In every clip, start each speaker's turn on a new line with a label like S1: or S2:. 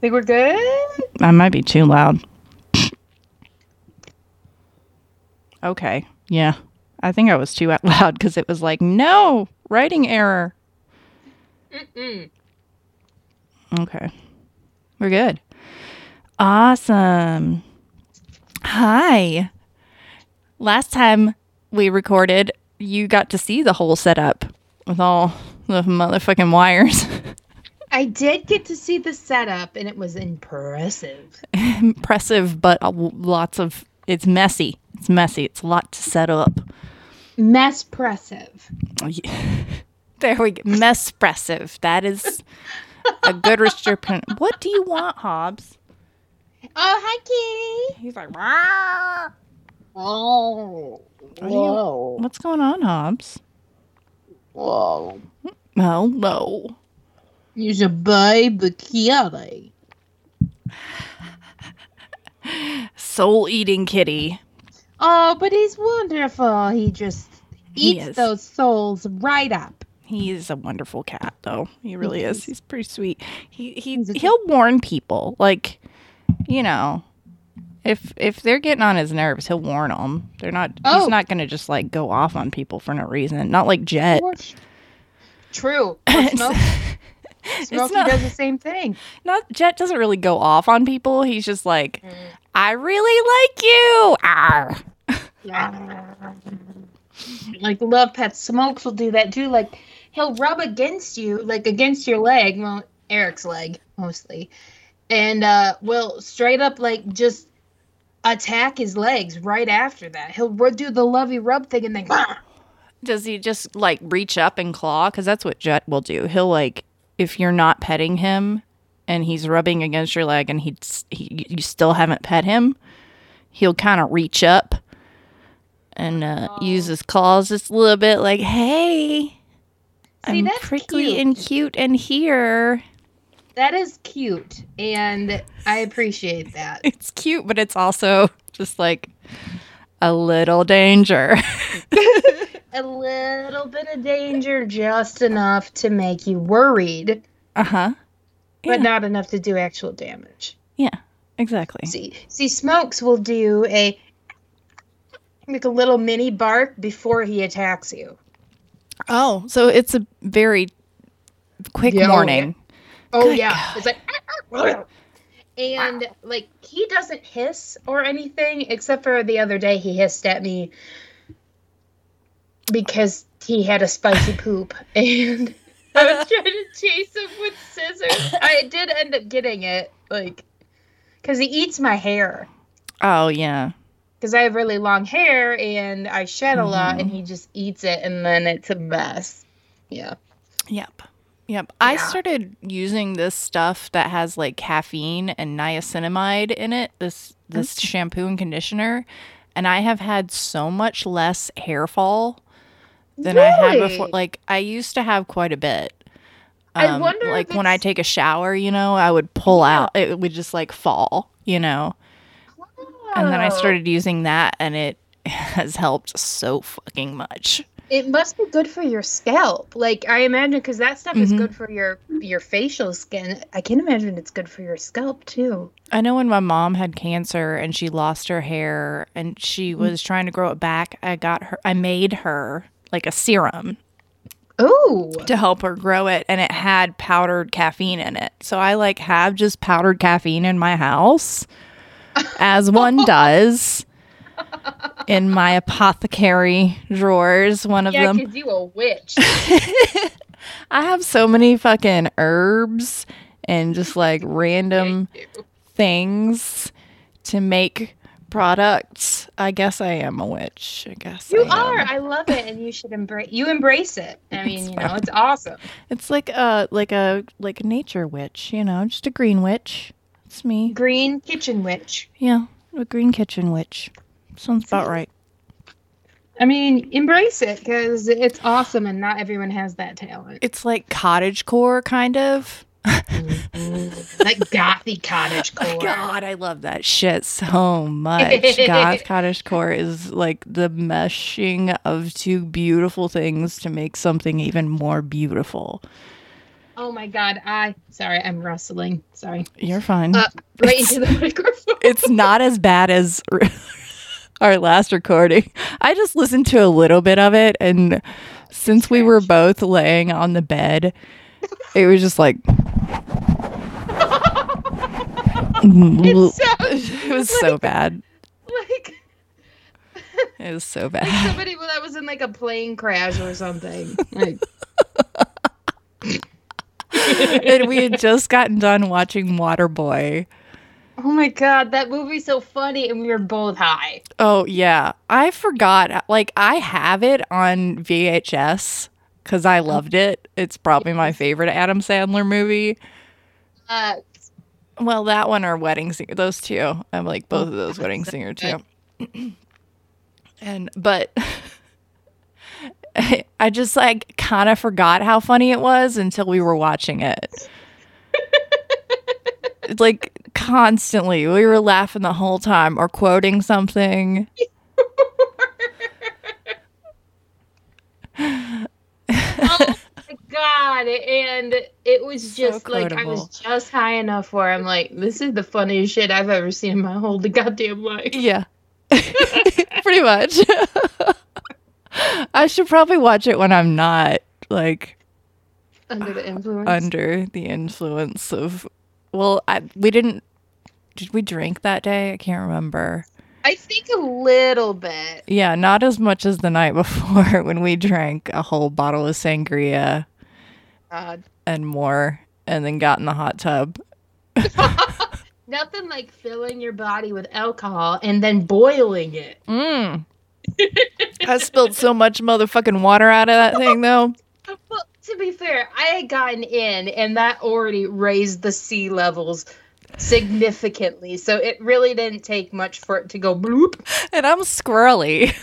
S1: Think we're good?
S2: I might be too loud. okay. Yeah. I think I was too out loud because it was like, no, writing error.
S1: Mm-mm.
S2: Okay. We're good. Awesome. Hi. Last time we recorded, you got to see the whole setup with all the motherfucking wires.
S1: I did get to see the setup, and it was impressive.
S2: Impressive, but a- lots of it's messy. It's messy. It's a lot to set up.
S1: Mess pressive.
S2: Oh, yeah. There we go. Mespressive. That is a good restriction. What do you want, Hobbs?
S1: Oh, hi, Kitty.
S2: He's like, "Rah."
S1: Oh,
S2: Are you- what's going on, Hobbs?
S1: whoa.
S2: Oh, no.
S1: He's a baby kitty.
S2: Soul eating kitty.
S1: Oh, but he's wonderful. He just
S2: He
S1: eats
S2: is.
S1: those souls right up.
S2: He is a wonderful cat, though. He really
S1: He
S2: is.
S1: is.
S2: He's pretty sweet. He he
S1: He's a good-
S2: he'll warn people, like you know, if if they're getting on his nerves, he'll warn them. They're not.
S1: Oh.
S2: He's not going to just like go off on people for no reason. Not like Jet.
S1: True. Or Smokey Smokey
S2: not-
S1: does the same thing.
S2: Not Jet doesn't really go off on people. He's just like,
S1: Mm.
S2: I really like you. Arr.
S1: like love pet smokes will do that too like he'll rub against you like against your leg well eric's leg mostly and uh will straight up like just attack his legs right after that he'll ru- do the lovey rub thing and then
S2: Does he just like reach up and claw? Because that's what Jet will do. He'll like if you're not petting him and he's rubbing against your leg and he's he you still haven't pet him, he'll kind of reach up and uh, use his claws just a little bit, like hey.
S1: See,
S2: I'm
S1: that's
S2: prickly
S1: cute.
S2: and cute and here.
S1: that is cute and i appreciate that
S2: It's cute, but it's also just like a little danger.
S1: a little bit of danger just enough to make you worried
S2: uh huh.
S1: but
S2: Yeah.
S1: not enough to do actual damage
S2: Yeah, exactly.
S1: See, see, Smokes will do a like a little mini bark before he attacks you.
S2: Oh, so it's a very quick
S1: Yeah.
S2: warning.
S1: Oh
S2: Good
S1: yeah,
S2: God.
S1: it's like and like he doesn't hiss or anything except for the other day he hissed at me because he had a spicy poop and I was trying to chase him with scissors. I did end up getting it like because he eats my hair.
S2: Oh yeah.
S1: because I have really long hair and I shed a lot,
S2: Mm-hmm.
S1: and he just eats it, and then it's a mess. Yeah.
S2: Yep. Yep. I
S1: Yeah.
S2: started using this stuff that has like caffeine and niacinamide in it, this this shampoo and conditioner, and I have had so much less hair fall than I had before.
S1: Really?
S2: Like I used to have quite a bit. Um,
S1: I wonder if
S2: like when I
S1: it's-
S2: take a shower, you know, I would pull
S1: Yeah.
S2: out it would just like fall, you know. And then I
S1: Wow.
S2: started using that, and it has helped so fucking much.
S1: Oh. It must be good for your scalp. Like I imagine, because that stuff is
S2: Mhm.
S1: good for your your facial skin. I can imagine it's good for your scalp too.
S2: I know when my mom had cancer and she lost her hair and she was trying to grow it back, I got her, I made her like a serum
S1: Oh,
S2: to help her grow it, and it had powdered caffeine in it. So I like have just powdered caffeine in my house, as one does. In my apothecary drawers, one of
S1: yeah,
S2: them.
S1: because you a witch.
S2: I have so many fucking herbs and just like random things to make products. I guess I am a witch. I guess
S1: you
S2: I
S1: are.
S2: am.
S1: I love it, and you should embrace. You embrace it. I mean,
S2: It's
S1: you know, it's awesome.
S2: It's like a like a like a nature witch, you know, just a green witch. It's me.
S1: Green kitchen witch.
S2: Yeah, a green kitchen witch. Sounds about right.
S1: I mean, embrace it because it's awesome, and not everyone has that talent.
S2: It's like cottage core kind of.
S1: like gothy cottage core.
S2: God, I love that shit so much. Goth cottage core is like the meshing of two beautiful things to make something even more beautiful.
S1: Oh my god, I sorry, I'm rustling. Sorry.
S2: You're fine.
S1: Uh, right
S2: It's-
S1: into the microphone.
S2: it's not as bad as our last recording. I just listened to a little bit of it, and since we were both laying on the bed, it was just like.
S1: It
S2: it
S1: sounds
S2: was so bad.
S1: like
S2: It was so bad.
S1: somebody that was in like a plane crash or something. Like
S2: and we had just gotten done watching Waterboy.
S1: Oh my god, that movie's so funny, and we were both high.
S2: Oh yeah, I forgot. Like I have it on VHS because I loved it. It's probably my favorite Adam Sandler movie.
S1: Uh,
S2: Well, that one or Wedding Singer. Those two. I'm like both of those Wedding Singer too. and but I just like kind of forgot how funny it was until we were watching it. like constantly, we were laughing the whole time or quoting something.
S1: oh my god, and it was
S2: So
S1: just like I was
S2: quotable.
S1: just high enough where I'm like, this is the funniest shit I've ever seen in my whole goddamn life.
S2: Yeah. Pretty much. I should probably watch it when I'm not like
S1: Under the influence.
S2: under the influence of well I, we didn't did we drink that day i can't remember
S1: I think a little bit.
S2: yeah not as much as the night before when we drank a whole bottle of sangria
S1: God.
S2: and more and then got in the hot tub
S1: Nothing like filling your body with alcohol and then boiling it.
S2: mm. i spilled so much motherfucking water out of that thing though
S1: Well, to be fair, I had gotten in, and that already raised the sea levels significantly. So it really didn't take much for it to go bloop.
S2: and i'm squirrely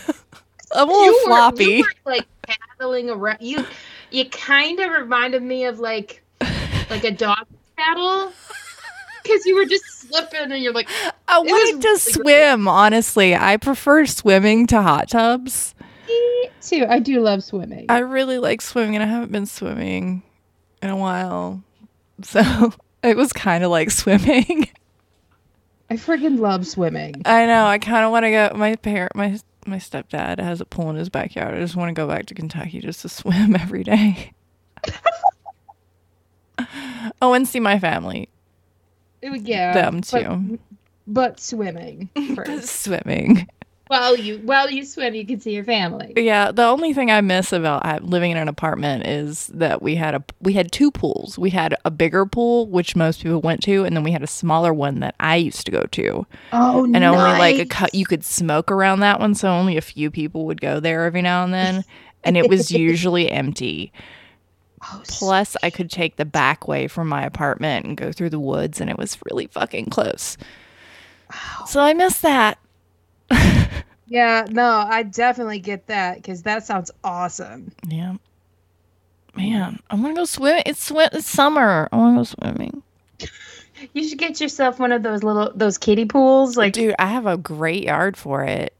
S2: i'm a little
S1: you
S2: floppy
S1: Were, you were like paddling around. You, you kind of reminded me of like, like a dog paddle, because you were just slipping, and you're like,
S2: i
S1: was
S2: wanted to
S1: really great.
S2: swim honestly i prefer swimming to hot tubs
S1: "Me too. I do love swimming.
S2: I really like swimming, and I haven't been swimming in a while. So it was kind of like swimming.
S1: I freaking love swimming.
S2: I know. I kind of want to go. My parent, my my stepdad has a pool in his backyard. I just want to go back to Kentucky just to swim every day. oh, and see my family.
S1: Yeah,
S2: Them
S1: but-
S2: too.
S1: but swimming first.
S2: Swimming.
S1: while you while you swim, you can see your family.
S2: Yeah, the only thing I miss about uh, living in an apartment is that we had a we had two pools. We had a bigger pool which most people went to and then we had a smaller one that I used to go to.
S1: Oh,
S2: And only like a cut you could smoke around that one so only a few people would go there every now and then and it was usually empty. Plus I could take the back way from my apartment and go through the woods and it was really fucking close. So I miss that.
S1: yeah, no, I definitely get that because that sounds awesome.
S2: Yeah. Man, I want to go swim. It's swim. It's summer. I want to go swimming.
S1: You should get yourself one of those little those kiddie pools. Like,
S2: Dude, I have a great yard for it.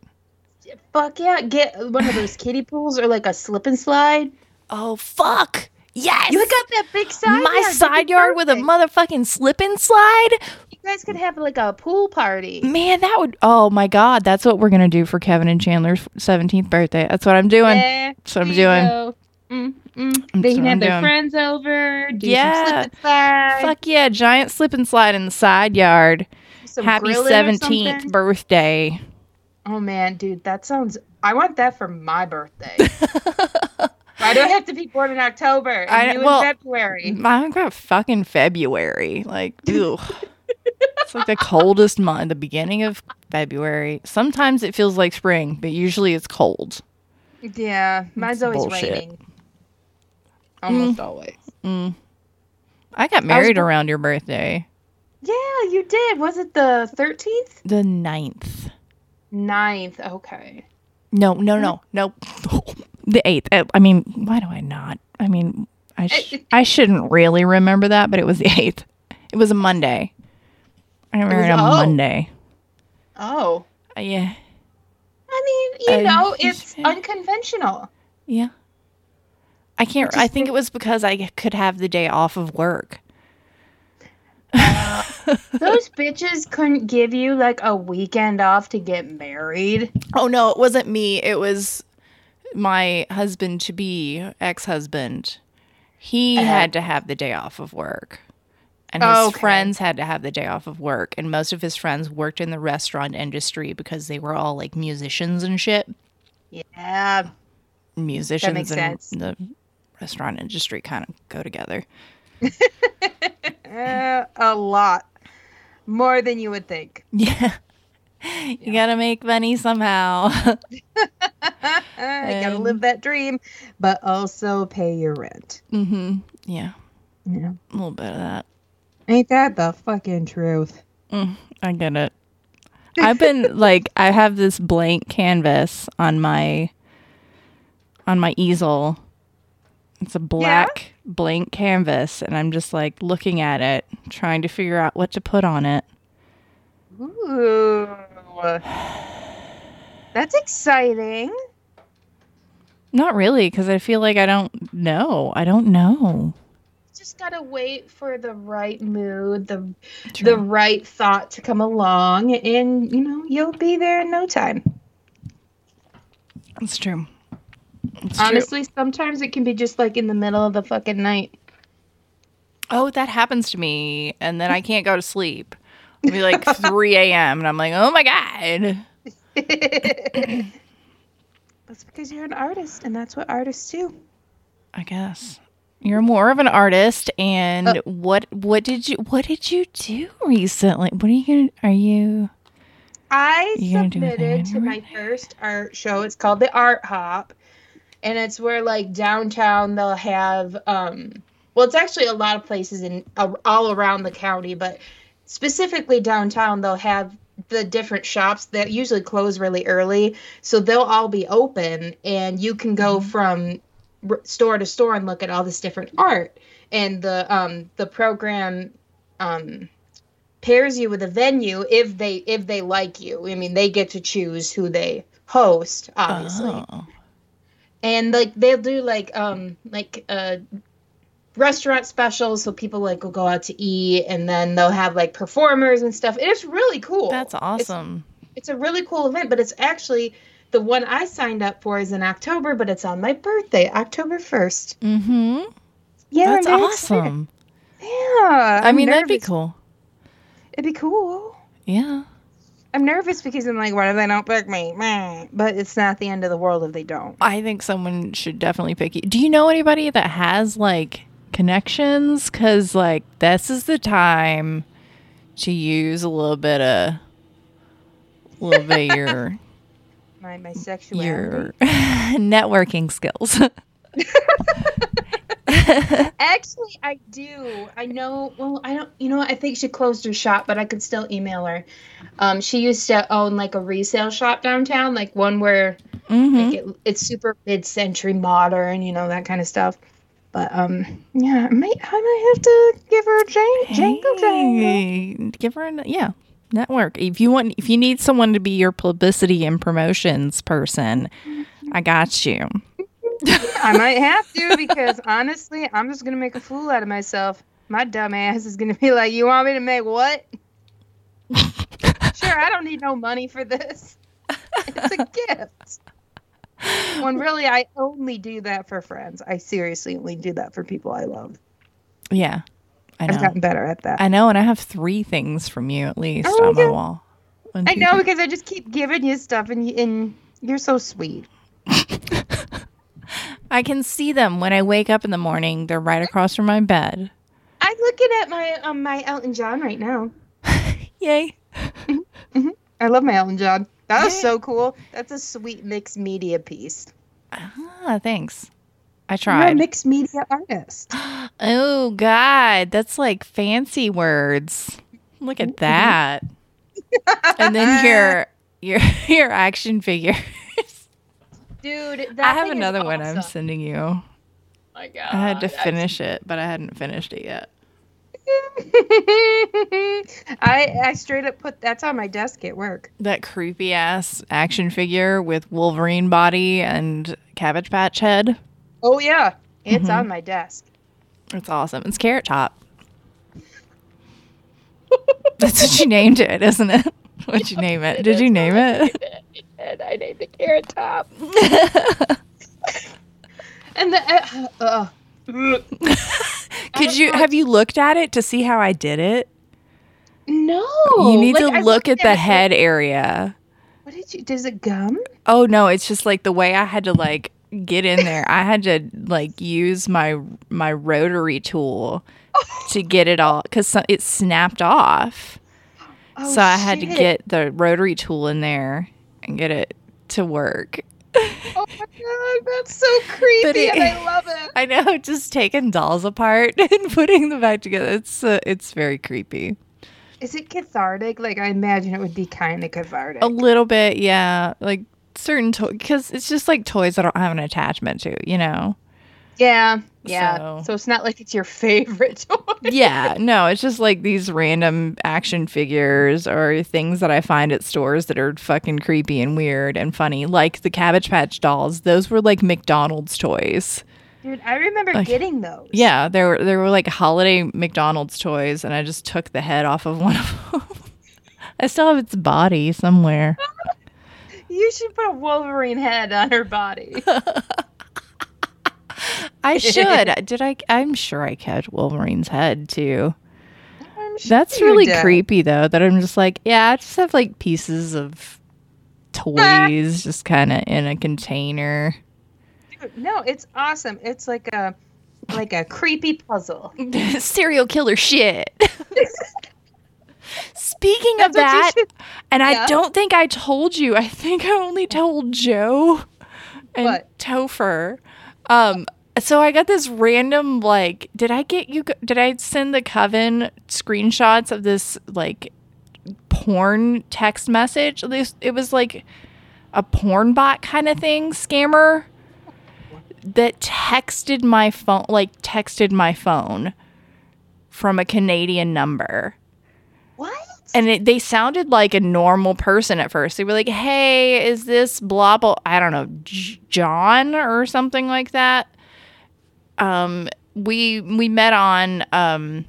S1: fuck yeah, get one of those kiddie pools or like a slip and slide.
S2: Oh fuck! Yes,
S1: You got that big side.
S2: my
S1: yard, that'd
S2: side
S1: be
S2: yard with a
S1: perfect.
S2: motherfucking slip and slide.
S1: You guys could have like a pool party.
S2: Man, that would. Oh my god, that's what we're gonna do for Kevin and Chandler's seventeenth birthday. That's what I'm doing.
S1: Yeah,
S2: That's what I'm
S1: there
S2: doing.
S1: you go. Mm, mm.
S2: That's
S1: They can
S2: what
S1: have
S2: I'm
S1: their
S2: doing.
S1: friends over. Do
S2: Yeah.
S1: some slip and slide.
S2: Fuck yeah, giant slip and slide in the side yard.
S1: some
S2: Happy
S1: grilling or
S2: seventeenth
S1: something.
S2: birthday.
S1: Oh man, dude, that sounds. I want that for my birthday. I don't have to be born in October. And
S2: I-
S1: you
S2: well,
S1: in February.
S2: I got fucking February. Like, ew. it's like the coldest month, the beginning of February. Sometimes it feels like spring, but usually it's cold.
S1: Yeah, mine's
S2: It's
S1: always
S2: bullshit.
S1: raining. Almost always.
S2: Mm. I got married
S1: born-
S2: around your birthday,
S1: Yeah, you did. Was it the thirteenth?
S2: the 9th.
S1: 9th. Okay.
S2: No, no, no, no. the 8th. Uh, I mean, why do I not? I mean, I, sh- I shouldn't really remember that, but it was the 8th. It was a Monday. I got
S1: was-
S2: married on
S1: oh.
S2: Monday.
S1: Oh,
S2: Uh, yeah.
S1: I mean, you
S2: I-
S1: know, it's
S2: yeah.
S1: unconventional.
S2: Yeah. I can't. I think it was because I could have the day off of work.
S1: Those bitches couldn't give you like a weekend off to get married.
S2: Oh no, it wasn't me. It was my husband to be ex husband. He
S1: Uh-huh.
S2: had to have the day off of work. And his
S1: Okay.
S2: friends had to have the day off of work. And most of his friends worked in the restaurant industry because they were all like musicians and shit.
S1: Yeah.
S2: Musicians
S1: makes
S2: and
S1: sense.
S2: the restaurant industry kind of go together.
S1: Uh, a lot. More than you would think.
S2: Yeah. You gotta make money somehow.
S1: I gotta
S2: Um,
S1: live that dream, but also pay your rent.
S2: hmm Yeah,
S1: Yeah.
S2: a little bit of that.
S1: Ain't that the fucking truth?
S2: I get it. I've been like I have this blank canvas on my on my easel. It's a black blank canvas and I'm just like looking at it, trying to figure out what to put on it.
S1: Ooh. That's exciting.
S2: Not really cuz I feel like I don't know. I don't know.
S1: Just gotta wait for the right mood, the the
S2: True.
S1: right thought to come along, and you know you'll be there in no time.
S2: It's true. It's true.
S1: Honestly, sometimes it can be just like in the middle of the fucking night.
S2: Oh, that happens to me and then I can't go to sleep. It'll be like 3 a.m. and I'm like, "Oh my god."
S1: that's because you're an artist, and that's what artists do.
S2: I guess you're more of an artist. And
S1: Uh,
S2: what what did you what did you do recently? What are you gonna? Are you?
S1: I
S2: You gonna do
S1: submitted
S2: anything
S1: to my first art show. It's called the Art Hop, and it's where like downtown they'll have um well it's actually a lot of places in a- all around the county, but specifically downtown they'll have the different shops that usually close really early, so they'll all be open and you can go
S2: Mm-hmm.
S1: from r- store to store and look at all this different art and the um the program um pairs you with a venue if they if they like you. I mean, they get to choose who they host, obviously.
S2: Oh.
S1: And like they'll do like um like uh restaurant specials so people like will go out to eat and then they'll have like performers and stuff. And it's really cool.
S2: That's awesome.
S1: It's, it's a really cool event, but it's actually the one I signed up for is in October, but it's on my birthday, October 1st.
S2: Mm-hmm.
S1: Yeah,
S2: That's
S1: I'm very excited.
S2: awesome.
S1: Yeah.
S2: I
S1: I'm
S2: mean, that'd be
S1: nervous.
S2: cool.
S1: It'd be cool.
S2: Yeah.
S1: I'm nervous because I'm like, what if they don't pick me? Meh. But it's not the end of the world if they don't.
S2: I think someone should definitely pick you. Do you know anybody that has like connections? Because like this is the time to use a little bit of, a little bit of your
S1: My my sexuality.
S2: your networking skills.
S1: Actually, I do. I know. Well, I don't. You know, what? I think she closed her shop, but I could still email her. Um, she used to own like a resale shop downtown, like one where
S2: mm-hmm.
S1: like, it, it's super mid-century modern, you know, that kind of stuff. But um, yeah, I might I might have to give her a jang- jangle jangle.
S2: Hey, Give her an yeah. Network. If you want, if you need someone to be your publicity and promotions person, I got you.
S1: I might have to because honestly, I'm just gonna make a fool out of myself. My dumb ass is gonna be like, "You want me to make what? sure, I don't need no money for this. It's a gift." When really, I only do that for friends. I seriously only do that for people I love.
S2: Yeah, I
S1: I've
S2: know.
S1: gotten better at that.
S2: I know, and I have three things from you at least
S1: Oh,
S2: on my
S1: yeah.
S2: wall. One,
S1: I
S2: two,
S1: know
S2: three.
S1: because I just keep giving you stuff, and you, and you're so sweet.
S2: I can see them when I wake up in the morning. They're right across from my bed.
S1: I'm looking at my um, my Elton John right now.
S2: Yay!
S1: I love my Elton John. That was
S2: Yeah.
S1: so cool. That's a sweet mixed media piece.
S2: Ah, thanks. I
S1: You're a
S2: tried.
S1: mixed media artist.
S2: Oh God, that's like fancy words. Look at that. and then your your your action figure.
S1: Dude,
S2: I have another one I'm sending you.
S1: Oh my God.
S2: I had to finish it, but I hadn't finished it yet.
S1: I I straight up put that's on my desk at work.
S2: That creepy ass action figure with Wolverine body and Cabbage Patch head.
S1: Oh yeah. It's
S2: Mhm.
S1: on my desk.
S2: That's awesome. It's Carrot Top. That's what you named it, isn't it? What'd you name it? Did you name it?
S1: And I named it Carrot Top. And the uh, uh, ugh.
S2: Could you have you looked at it to see how I did it?
S1: no,
S2: you need
S1: Oh, Like,
S2: to
S1: I
S2: look
S1: looked
S2: at the
S1: it,
S2: head area.
S1: Like, what did you? Does it gum?
S2: Oh no, it's just like the way I had to like get in there. I had to like use my my rotary tool to get it all cuz it snapped off.
S1: Oh,
S2: so I had to
S1: shit.
S2: get the rotary tool in there and get it to work.
S1: Oh my god, that's so creepy,
S2: But it-
S1: and I love it.
S2: I know, just taking dolls apart and putting them back together. It's uh, it's very creepy.
S1: Is it cathartic? Like I imagine it would be kind of cathartic.
S2: A little bit, yeah. Like certain toys, because it's just like toys I don't have an attachment to, you know.
S1: yeah, yeah.
S2: So-
S1: So. it's not like it's your favorite toy.
S2: Yeah, no, it's just like these random action figures or things that I find at stores that are fucking creepy and weird and funny, like the Cabbage Patch dolls. Those were like McDonald's toys.
S1: Dude, I remember
S2: Like-
S1: getting those.
S2: Yeah, there were there were like holiday McDonald's toys, and I just took the head off of one of them. I still have its body somewhere.
S1: You should put a Wolverine head on her body.
S2: I should. Did I? I'm sure I kept Wolverine's head too.
S1: I'm sure
S2: That's
S1: you
S2: really
S1: did.
S2: creepy though. That I'm just like, yeah, I just have like pieces of toys just kind of in a container.
S1: Dude, no, it's awesome. It's like a like a creepy puzzle.
S2: Serial killer shit. Speaking of
S1: That's what you
S2: that,
S1: should-
S2: And I
S1: Yeah.
S2: don't think I told you. I think I only told Joe and
S1: What?
S2: Topher. Um, so I got this random like, did I get you? g- Did I send the coven screenshots of this like porn text message? This it was like a porn bot kind of thing, scammer that texted my phone, like texted my phone from a Canadian number
S1: what?
S2: and it, they sounded like a normal person at first. They were like, "Hey, is this blah blah? I don't know, J- John or something like that." Um, we we met on um,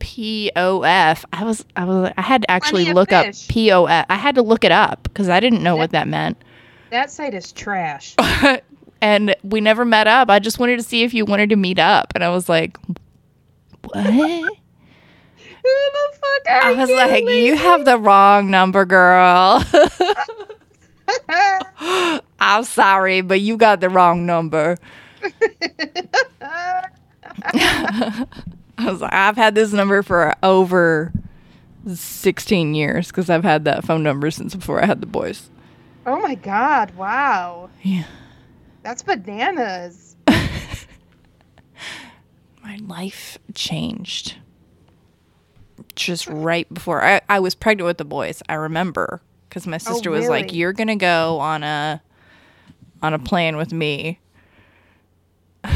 S2: POF. I was I was I had to actually
S1: Plenty of
S2: look up
S1: fish.
S2: POF. I had to look it up because I didn't know what that meant.
S1: That site is trash.
S2: and we never met up. I just wanted to see if you wanted to meet up, and I was like, "What?"
S1: Who the fuck are
S2: I was like, "You have the wrong number, girl."
S1: like,
S2: I'm sorry, but you got the wrong number. I was like, I've had this number for over 16 years because I've had that phone number since before I had the boys.
S1: oh my god! Wow,
S2: Yeah.
S1: that's bananas.
S2: My life changed just right before I, I was pregnant with the boys. I remember because my sister was
S1: Oh,
S2: like,
S1: really?
S2: "You're gonna go on a on a plan with me."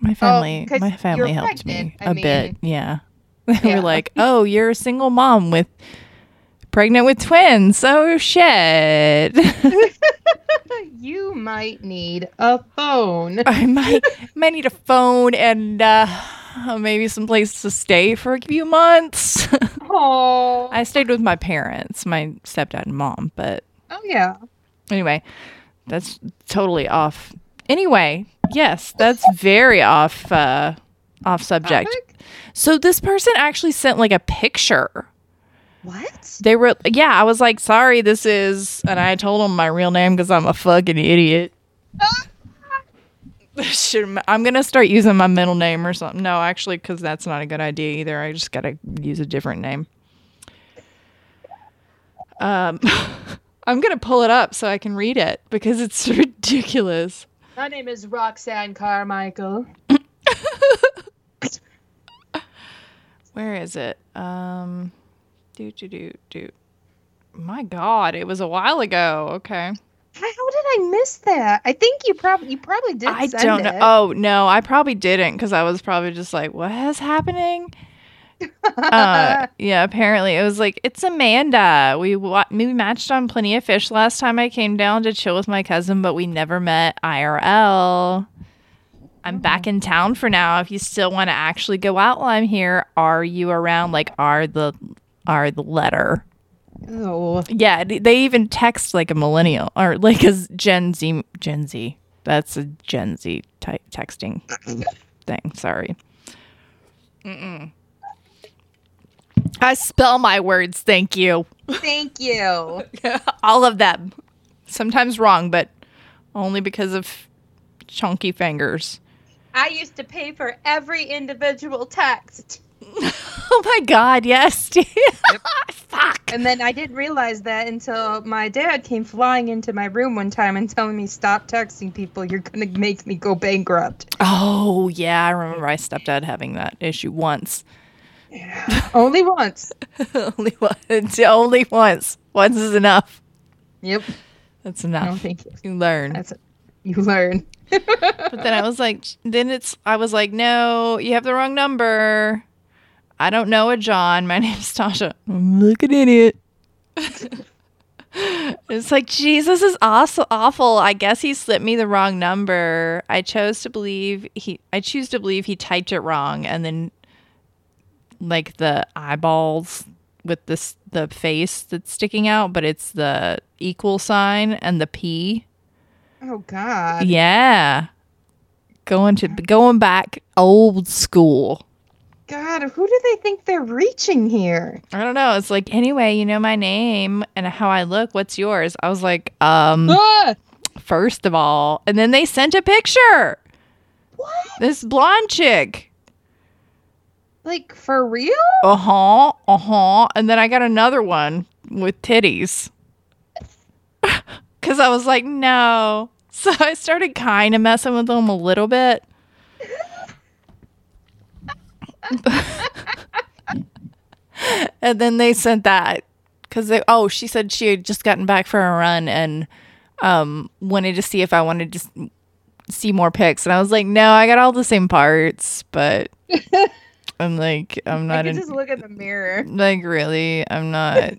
S2: my family,
S1: Oh, 'cause
S2: my
S1: you're
S2: family helped me
S1: pregnant, I
S2: a bit.
S1: mean.
S2: Yeah, they
S1: Yeah.
S2: were like, "Oh, you're a single mom with pregnant with twins. Oh shit."
S1: You might need a phone.
S2: I might might need a phone and uh, maybe some place to stay for a few months.
S1: Oh,
S2: I stayed with my parents, my stepdad and mom. But
S1: oh yeah.
S2: anyway, that's totally off. Anyway, yes, that's very off uh, off subject.
S1: Topic?
S2: So this person actually sent like a picture.
S1: What?
S2: They were yeah. I was like, sorry, this is, and I told them my real name because I'm a fucking idiot. Should, I'm gonna start using my middle name or something. No, actually, because that's not a good idea either. I just gotta use a different name. Um, I'm gonna pull it up so I can read it because it's ridiculous.
S1: My name is Roxanne Carmichael.
S2: Where is it? Um, do do do do. My God, it was a while ago. Okay,
S1: How did I miss that? I think you probably you probably did.
S2: I
S1: send
S2: don't know.
S1: it.
S2: Oh no, I probably didn't because I was probably just like, what is happening? uh, yeah, apparently it was like it's Amanda. We wa- we matched on Plenty of Fish last time I came down to chill with my cousin, but we never met IRL. I'm
S1: Oh.
S2: back in town for now. If you still want to actually go out while I'm here, are you around? Like, are the are the letter?
S1: Oh,
S2: Yeah, th- they even text like a millennial or like a z- Gen Z. Gen Z. That's a Gen Z type texting thing. Sorry. Mm-mm. I spell my words. Thank you.
S1: thank you.
S2: All of them. Sometimes wrong, but only because of chunky fingers.
S1: I used to pay for every individual text,
S2: Oh my God. Yes. Fuck.
S1: and then I didn't realize that until my dad came flying into my room one time and telling me, "Stop texting people. You're gonna make me go bankrupt."
S2: Oh, yeah. I remember I stepdad having that issue once.
S1: Only once.
S2: only once. Only once. Once is enough.
S1: Yep.
S2: That's
S1: No,
S2: enough.
S1: thank you.
S2: You learn.
S1: That's it. You learn.
S2: But then I was like, then it's, I was like, no, you have the wrong number. I don't know a John. My name's Tasha. I'm like an idiot. it's like, Jesus is awful, awful. I guess he slipped me the wrong number. I chose to believe he, I choose to believe he typed it wrong. And then like the eyeballs with this, the face that's sticking out, but it's the equal sign and the P.
S1: Oh God.
S2: Yeah. Going to going back old school.
S1: God, who do they think they're reaching here?
S2: I don't know. It's like anyway, you know my name and how I look. What's yours? I was like, um,
S1: Ah!
S2: first of all, and then they sent a picture.
S1: What?
S2: This blonde chick.
S1: Like for real?
S2: Uh huh. Uh huh. And then I got another one with titties. Cause I was like, no. So I started kind of messing with them a little bit. and then they sent that because they oh she said she had just gotten back from a run and um wanted to see if i wanted to s- see more pics and i was like no i got all the same parts but i'm like i'm
S1: I
S2: not
S1: could
S2: in,
S1: just look in the mirror.
S2: like really i'm not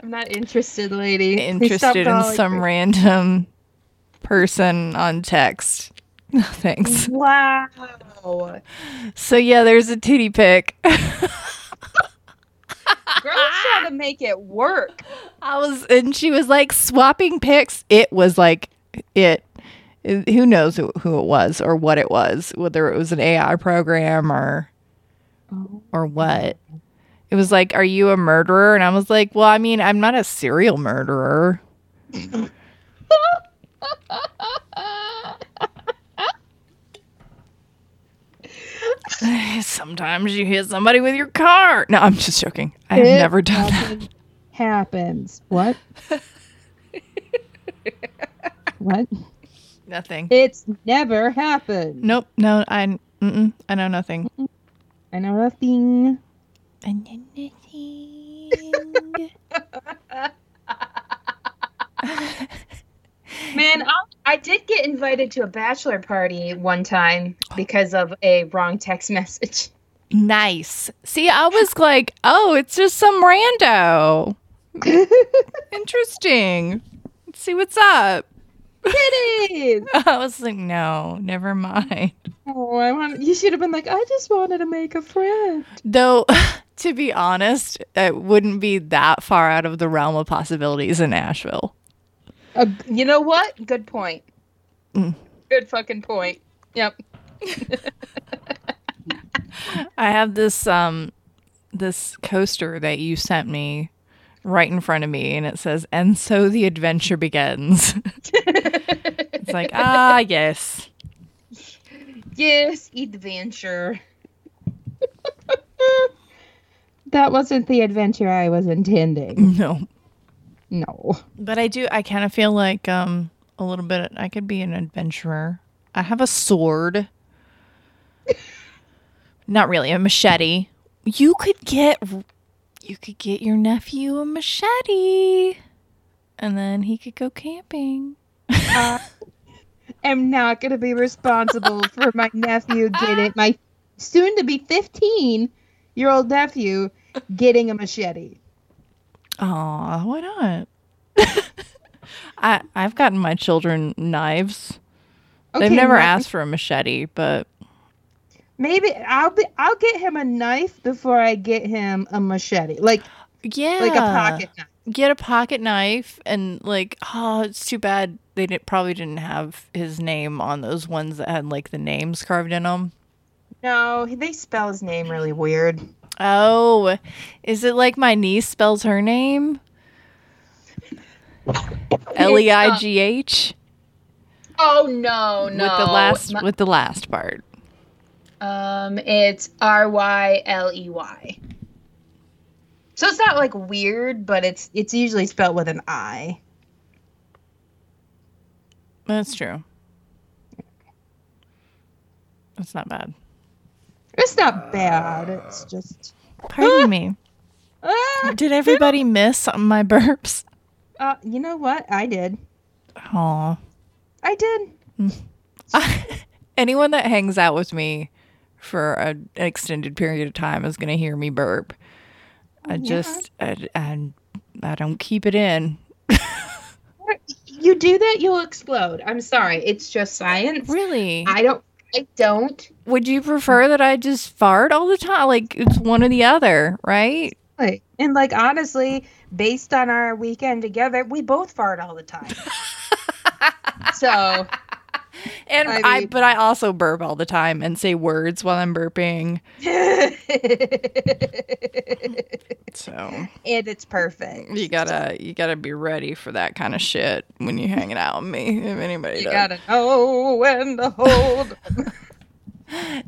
S1: I'm not interested, lady. Please stop
S2: interested in
S1: calling
S2: some
S1: me.
S2: random person on text No, thanks
S1: Wow.
S2: so yeah there's a titty pic
S1: Girls try to make it work.
S2: I was, and she was like swapping pics. It was like it. it- who knows who, who it was or what it was, whether it was an AI program or or what. It was like, "Are you a murderer?" And I was like, "Well, I mean, I'm not a serial murderer." Sometimes you hit somebody with your car. No, I'm just joking. I have
S1: It
S2: never done that.
S1: fucking Happens. What? what?
S2: Nothing.
S1: It's never happened.
S2: Nope. No, I. Mm-mm, I know nothing.
S1: I know nothing.
S2: I know nothing.
S1: Man, I'll, I did get invited to a bachelor party one time because of a wrong text message.
S2: nice. See, I was like, oh, it's just some rando. Interesting. Let's see what's up.
S1: It is.
S2: I was like, no, never mind.
S1: Oh, I want. You should have been like, I just wanted to make a friend.
S2: Though, to be honest, it wouldn't be that far out of the realm of possibilities in Asheville.
S1: Uh, you know what? Good point.
S2: Mm.
S1: Good fucking point. Yep.
S2: I have this um this coaster that you sent me right in front of me and it says and so the adventure begins. it's like, ah, yes.
S1: Yes, adventure. that wasn't the adventure I was intending.
S2: No.
S1: No.
S2: But I do I kind of feel like um a little bit I could be an adventurer. I have a sword. Not really, a machete. You could get you could get your nephew a machete and then he could go camping.
S1: I'm not going to be responsible for my nephew getting my soon to be 15 year old nephew getting a machete.
S2: Aw, why not? I I've gotten my children knives. They've never asked for a machete, but
S1: Maybe I'll be. I'll get him a knife before I get him a machete, like
S2: yeah,
S1: like a pocket knife.
S2: Get a pocket knife and like, oh, it's too bad they didn't, probably didn't have his name on those ones that had like the names carved in them.
S1: No, they spell his name really weird.
S2: Oh, is it like my niece spells her name? L e i g h
S1: Oh no,
S2: with
S1: no.
S2: the last
S1: My-
S2: with the last part.
S1: um, it's R Y L E Y. So it's not like weird, but it's it's usually spelled with an I.
S2: That's true. That's not bad.
S1: It's not bad. It's just.
S2: Pardon me.
S1: Ah!
S2: Did everybody miss my burps?
S1: Uh, you know what? I did.
S2: Aw.
S1: I did.
S2: Anyone that hangs out with me for a, an extended period of time is going to hear me burp. I just, I, I, I don't keep it in.
S1: You do that, you'll explode. I'm sorry. It's just science.
S2: Really?
S1: I don't. I don't.
S2: Would you prefer that I just fart all the time? Like, it's one or the other, right?
S1: Like, and like honestly, based on our weekend together, we both fart all the time. so
S2: And
S1: I
S2: I,
S1: mean-
S2: but I also burp all the time and say words while I'm burping.
S1: and
S2: So
S1: it's perfect.
S2: you gotta, you gotta be ready for that kind of shit when you're hanging out with me. If anybody
S1: You
S2: does.
S1: gotta know when to hold.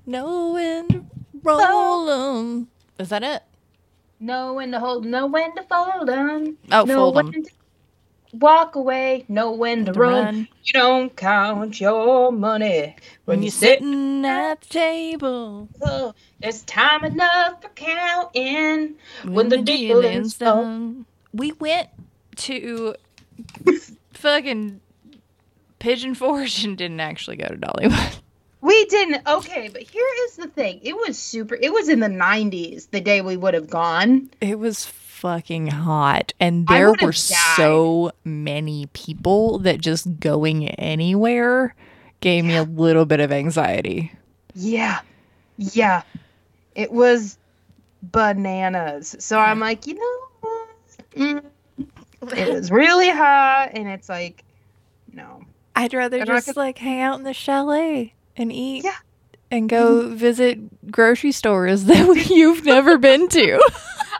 S2: No wind, roll 'em. Is that it?
S1: know when to hold. Know when to fold 'em.
S2: Oh,
S1: know
S2: fold 'em.
S1: when to walk away. Know when to,
S2: To
S1: run.
S2: run.
S1: You don't count your money when you sit.
S2: sitting at the table,
S1: Oh, There's time enough for counting. When the dealing's
S2: done. We went to fucking Pigeon Forge and didn't actually go to Dollywood.
S1: We didn't. Okay, but here is the thing. It was super. It was in the 90s the day we would have gone.
S2: It was fucking hot, and
S1: I
S2: there
S1: would've
S2: were so many people that just going anywhere gave me a little bit of anxiety.
S1: Yeah. Yeah. It was bananas. So I'm like, you know what? Mm. It was really hot, and it's like, no.
S2: I'd rather
S1: And I
S2: just
S1: could-
S2: like hang out in the chalet and eat
S1: Yeah. Mm-hmm.
S2: and go visit grocery stores that you've never been to.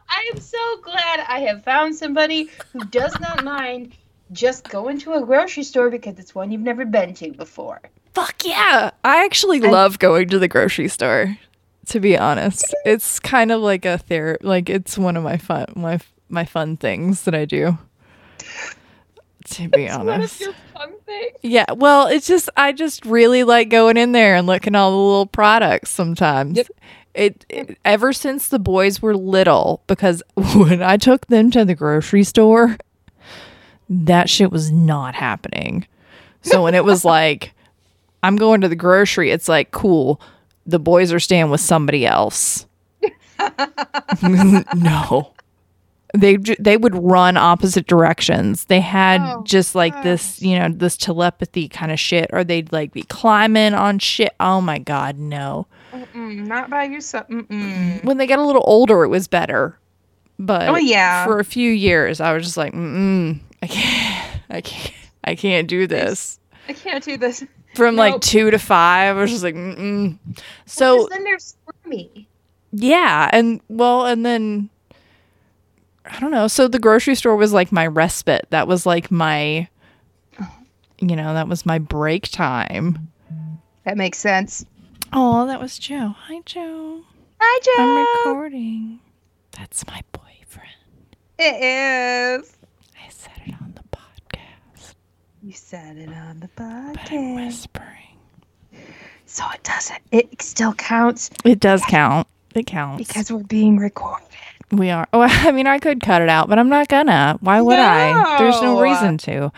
S1: I am so glad I have found somebody who does not mind just going to a grocery store because it's one you've never been to before.
S2: Fuck yeah. I actually
S1: I-
S2: love going to the grocery store, to be honest. It's kind of like a therapy like it's one of my fun my my fun things that I do. To be honest.
S1: fun things.
S2: Yeah, well, it's just I just really like going in there and looking at all the little products sometimes.
S1: Yep.
S2: It, it ever since the boys were little because when I took them to the grocery store, that shit was not happening. So when it was like I'm going to the grocery, it's like cool. The boys are staying with somebody else. no. They ju- they would run opposite directions. They had
S1: Oh,
S2: just like this, you know, this telepathy kind of shit, or they'd like be climbing on shit. Oh my god, no!
S1: Mm-mm, not by yourself. Mm-mm.
S2: When they got a little older, it was better. But
S1: Oh, yeah.
S2: for a few years, I was just like, mm, I can't, I can't, I can't do this.
S1: I can't do this.
S2: From like
S1: Nope.
S2: two to five, I was just like, mm. So
S1: then they're squirmy.
S2: Yeah, and well, and then I don't know. So the grocery store was like my respite. That was like my
S1: Oh.
S2: you know, that was my break time.
S1: That makes sense.
S2: Oh, that was Joe. Hi Joe.
S1: Hi, Joe.
S2: I'm recording. That's my boyfriend.
S1: It is.
S2: I said it on the podcast,
S1: You said it on the
S2: but I'm
S1: podcast,
S2: whispering.
S1: so it doesn't. It still counts
S2: It does count. It counts.
S1: because we're being recorded.
S2: We are. Oh, I mean, I could cut it out, but I'm not gonna. Why would I? There's no
S1: No.
S2: reason to.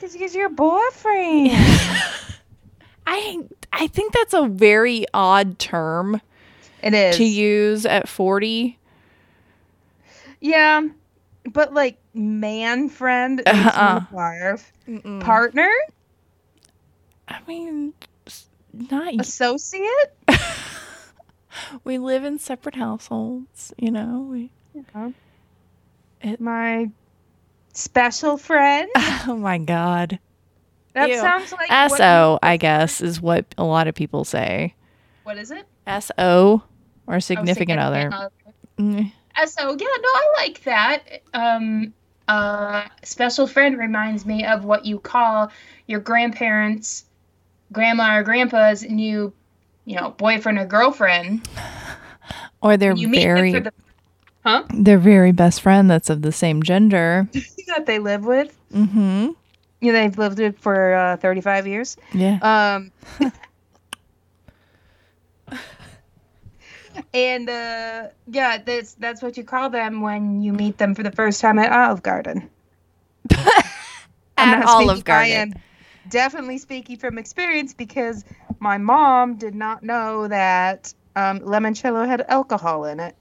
S1: Because you're your boyfriend.
S2: I I think that's a very odd term
S1: It is.
S2: to use at 40.
S1: Yeah, but like man friend,
S2: Uh-uh.
S1: uh barf. partner.
S2: I mean, s- not y-
S1: Associate?
S2: we live in separate households, you know. We, It-
S1: My special friend?
S2: oh my god.
S1: That
S2: Ew.
S1: sounds like. what you-
S2: SO, I guess, is what a lot of people say.
S1: What is it?
S2: SO or
S1: Oh,
S2: significant other. Mm.
S1: Uh, So yeah, no, I like that. Um, uh, special friend reminds me of what you call your grandparents, grandma or grandpa's new, you know, boyfriend or girlfriend.
S2: Or they're
S1: you
S2: very
S1: them for the huh
S2: their very best friend that's of the same gender.
S1: that they live with.
S2: Mm-hmm.
S1: You know, they've lived with for uh, thirty five years.
S2: Yeah.
S1: Um, and uh, yeah, that's that's what you call them when you meet them for the first time at Olive Garden. I'm
S2: At
S1: not
S2: Olive
S1: speaking- I
S2: Garden.
S1: am definitely speaking from experience because my mom did not know that um, limoncello had alcohol in it.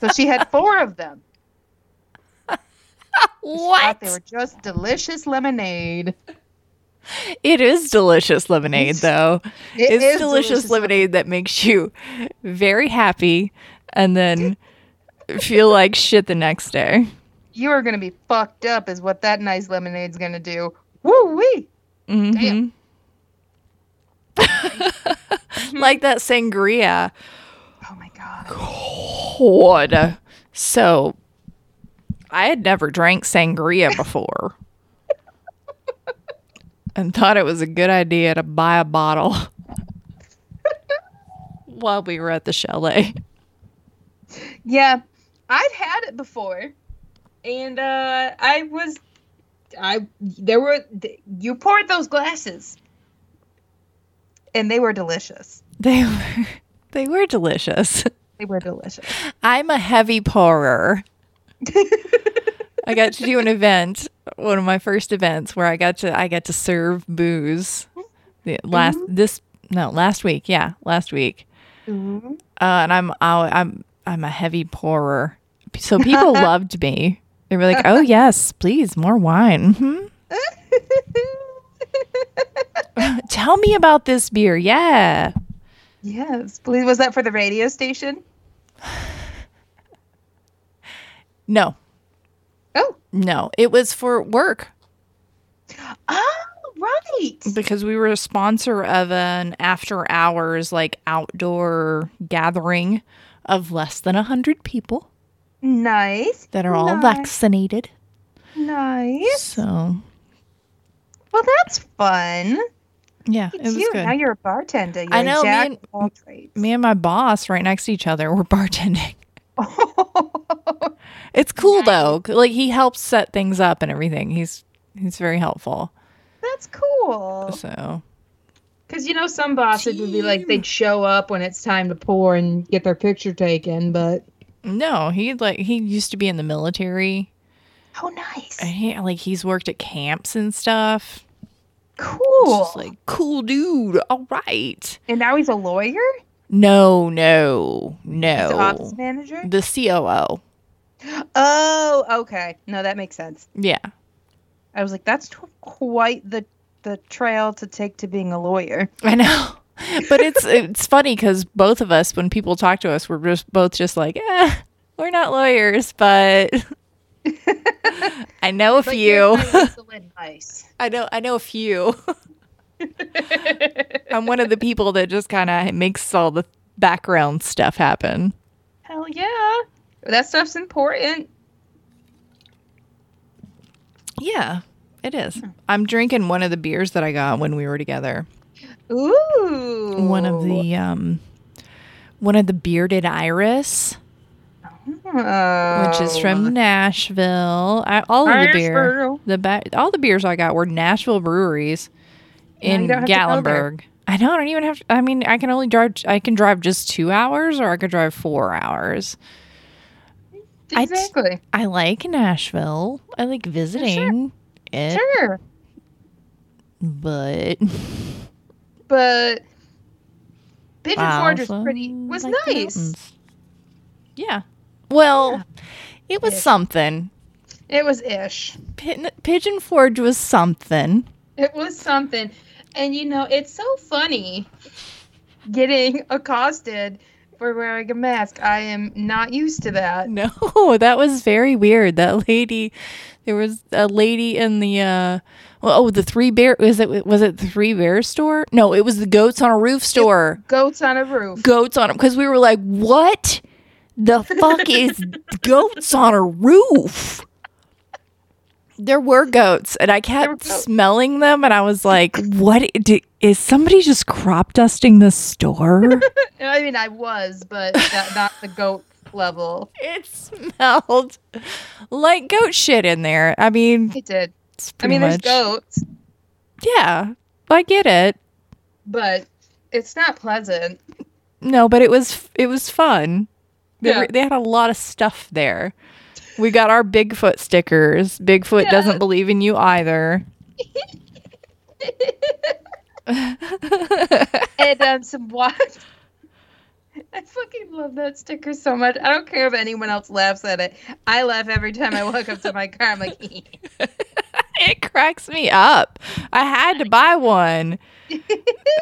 S1: so she had four of them. She thought They were
S2: What?
S1: just delicious lemonade.
S2: It is delicious lemonade though.
S1: It
S2: it's
S1: is
S2: delicious, lemonade that makes you very happy and then feel like shit the next day.
S1: You are going to be fucked up, is what that nice lemonade's going to do. Woo wee!
S2: Mhm. like that sangria.
S1: Oh my God.
S2: God. So I had never drank sangria before and thought it was a good idea to buy a bottle while we were at the chalet.
S1: Yeah, I'd had it before, and uh, I was, I there were th- you poured those glasses, and they were delicious.
S2: They were they were delicious.
S1: They were delicious.
S2: I'm a heavy pourer. I got to do an event, one of my first events, where I got to I got to serve booze. The last this no last week, yeah, last week. Uh, and I'm I, I'm I'm a heavy pourer, so people loved me. They were like, "Oh yes, please, more wine." hmm Tell me about this beer. Yeah,
S1: yes, please. Was that for the radio station?
S2: no,
S1: Oh,
S2: no, it was for work.
S1: oh, right.
S2: because we were a sponsor of an after hours like outdoor gathering of less than 100 people
S1: Nice.
S2: that are all
S1: Nice.
S2: vaccinated
S1: Nice.
S2: so
S1: Well, that's fun.
S2: yeah
S1: Look at
S2: it was
S1: you.
S2: good
S1: Now you're a bartender. You're
S2: I know,
S1: A
S2: me
S1: jack
S2: and-
S1: of all trades.
S2: me and my boss right next to each other were bartending it's cool though like he helps set things up and everything he's he's very helpful
S1: that's cool.
S2: so
S1: Because you know, some bosses would be like they'd show up when it's time to pour and get their picture taken, but
S2: no he like he used to be in the military
S1: oh, nice,
S2: and he like he's worked at camps and stuff It's
S1: cool.
S2: just like cool dude all right
S1: and now he's a lawyer,
S2: No, no,
S1: he's an office
S2: no.
S1: manager.
S2: The COO.
S1: Oh, okay, no, that makes sense.
S2: Yeah.
S1: I was like, that's t- quite the the trail to take to being a lawyer.
S2: I know. But it's it's funny cuz both of us when people talk to us we're just both just like, "Eh, we're not lawyers, but I know a
S1: But here's
S2: few.
S1: my legal advice.
S2: I know I know a few. I'm one of the people that just kind of makes all the background stuff happen.
S1: Hell yeah, that stuff's important.
S2: Yeah, it is.
S1: Hmm.
S2: I'm drinking one of the beers that I got when we were together.
S1: Ooh,
S2: one of the um one of the bearded iris which is from nashville I, all of the beer
S1: Oh. Nashville.
S2: the ba- all the beers i got were nashville breweries
S1: Yeah,
S2: in
S1: you don't have to go there.
S2: gatlinburg i don't I don't even have to, i mean i can only drive i can drive just two hours or i could drive four hours I t-
S1: exactly.
S2: i like nashville i like visiting it
S1: Sure.
S2: but
S1: but Pigeon
S2: I
S1: Forge was
S2: also
S1: pretty was
S2: like the
S1: nice.
S2: mountains. yeah well it was
S1: Yeah.
S2: something
S1: It was ish.
S2: Pin- Pigeon Forge was something.
S1: It was something. And you know, it's so funny getting accosted for wearing a mask. I am not used to that.
S2: No, that was very weird. That lady, there was a lady in the uh, well, oh, the three bear was it was it the three bear store? No, it was the goats on a roof store.
S1: Goats on a roof.
S2: Goats on them because we were like, what the fuck is goats on a roof? There were goats, and I
S1: were
S2: kept
S1: goats.
S2: smelling them, and I was like, "What i- di- is somebody just crop dusting this store?"
S1: I mean, I was, but not, not the goat level.
S2: it smelled like goat shit in there. I mean,
S1: It did.
S2: it's
S1: I
S2: pretty
S1: mean,
S2: much.
S1: there's goats,
S2: Yeah, I get it.
S1: but it's not pleasant.
S2: No, but it was it was fun. They,
S1: Yeah.
S2: were, they had a lot of stuff there. We got our Bigfoot stickers. Bigfoot
S1: Yeah.
S2: doesn't believe in you either.
S1: and um, some what? I fucking love that sticker so much. I don't care if anyone else laughs at it. I laugh every time I walk up to my car. I'm like,
S2: it cracks me up. I had to buy one.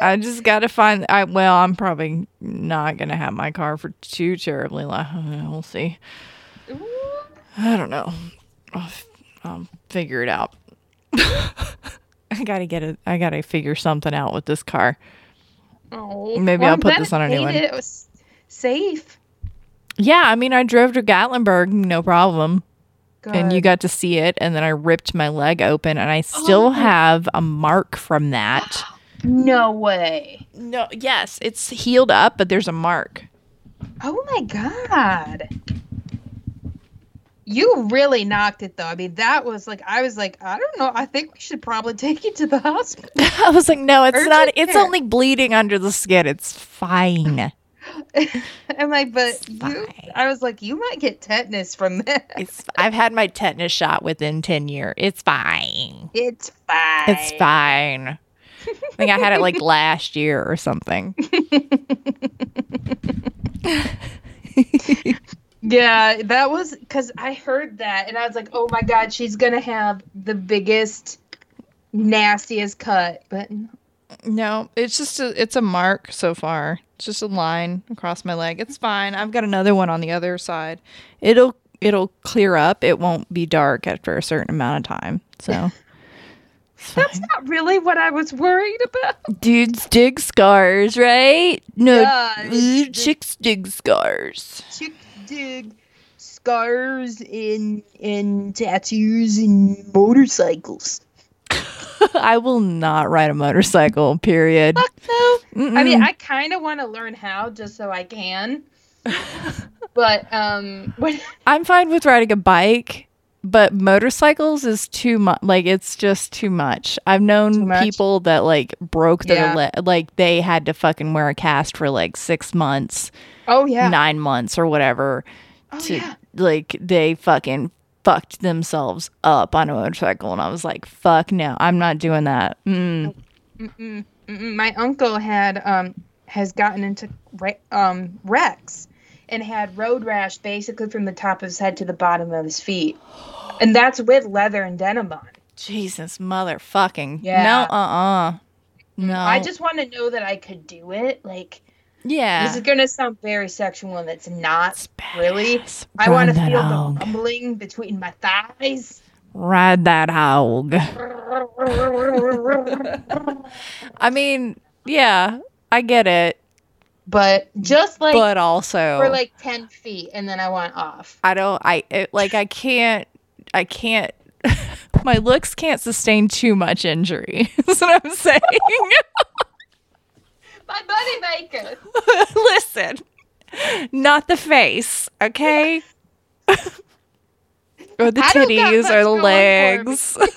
S2: I just got to find. I well, I'm probably not gonna have my car for too terribly long. We'll see.
S1: "Ooh."
S2: I don't know. I'll, f- I'll figure it out. I gotta get it. I gotta figure something out with this car.
S1: oh,
S2: Maybe
S1: well,
S2: I'll
S1: I'm
S2: put
S1: glad
S2: this on our new
S1: made
S2: one.
S1: It. It was safe.
S2: Yeah, I mean, I drove to Gatlinburg, no problem, and you
S1: Good.
S2: got to see it. And then I ripped my leg open, and I still
S1: Oh.
S2: have a mark from that.
S1: no way.
S2: no, yes, it's healed up, but there's a mark.
S1: Oh my god. You really knocked it though. I mean, that was like I was like, I don't know. I think we should probably take you to the hospital.
S2: I was like, no, it's
S1: Urgent
S2: not. It's
S1: care.
S2: only bleeding under the skin. It's fine.
S1: I'm like, but
S2: It's
S1: you
S2: fine.
S1: I was like, you might get tetanus from that.
S2: It's. I've had my tetanus shot within ten years. It's fine.
S1: It's fine.
S2: It's fine. I think I had it like last year or something.
S1: Yeah, that was because I heard that and I was like, oh my God, she's going to have the biggest, nastiest cut. But
S2: No, it's just a, it's a mark so far. It's just a line across my leg. It's fine. I've got another one on the other side. It'll it'll clear up. It won't be dark after a certain amount of time. So it's
S1: that's
S2: fine.
S1: not really what I was worried about.
S2: dudes dig scars, right? No,
S1: Yeah, it's-
S2: uh, chicks dig scars.
S1: Chick dig scars in, in tattoos and motorcycles.
S2: I will not ride a motorcycle. Period.
S1: Fuck no. I mean,
S2: Mm-mm.
S1: I kind of want to learn how just so I can. but um, when,
S2: I'm fine with riding a bike, but motorcycles is too much. Like it's just too much. I've known
S1: Too much?
S2: people that like broke their
S1: Yeah.
S2: leg, like they had to fucking wear a cast for like six months,
S1: oh yeah,
S2: nine months, or whatever.
S1: oh
S2: to
S1: yeah,
S2: like they fucking fucked themselves up on a motorcycle, and I was like, fuck no, I'm not doing that. Mm.
S1: Mm-mm, mm-mm. my uncle had um has gotten into ra- um wrecks and had road rash basically from the top of his head to the bottom of his feet, and that's with leather and denim on.
S2: Jesus motherfucking
S1: Yeah.
S2: no, uh, uh no.
S1: I just want to know that I could do it. Like
S2: yeah.
S1: this is gonna sound very sexual, and it's not.
S2: It's badass.
S1: really- I want to
S2: Ride that
S1: feel
S2: hog.
S1: the rumbling between my thighs.
S2: Ride that hog. I mean, yeah, I get it,
S1: but just like
S2: but also
S1: for like 10 feet and then i want off
S2: I don't I it, like I can't I can't my looks can't sustain too much injury. That's what I'm saying.
S1: my body maker
S2: Listen. Not the face, okay? or the
S1: I don't got
S2: titties
S1: much
S2: or the
S1: going for
S2: legs.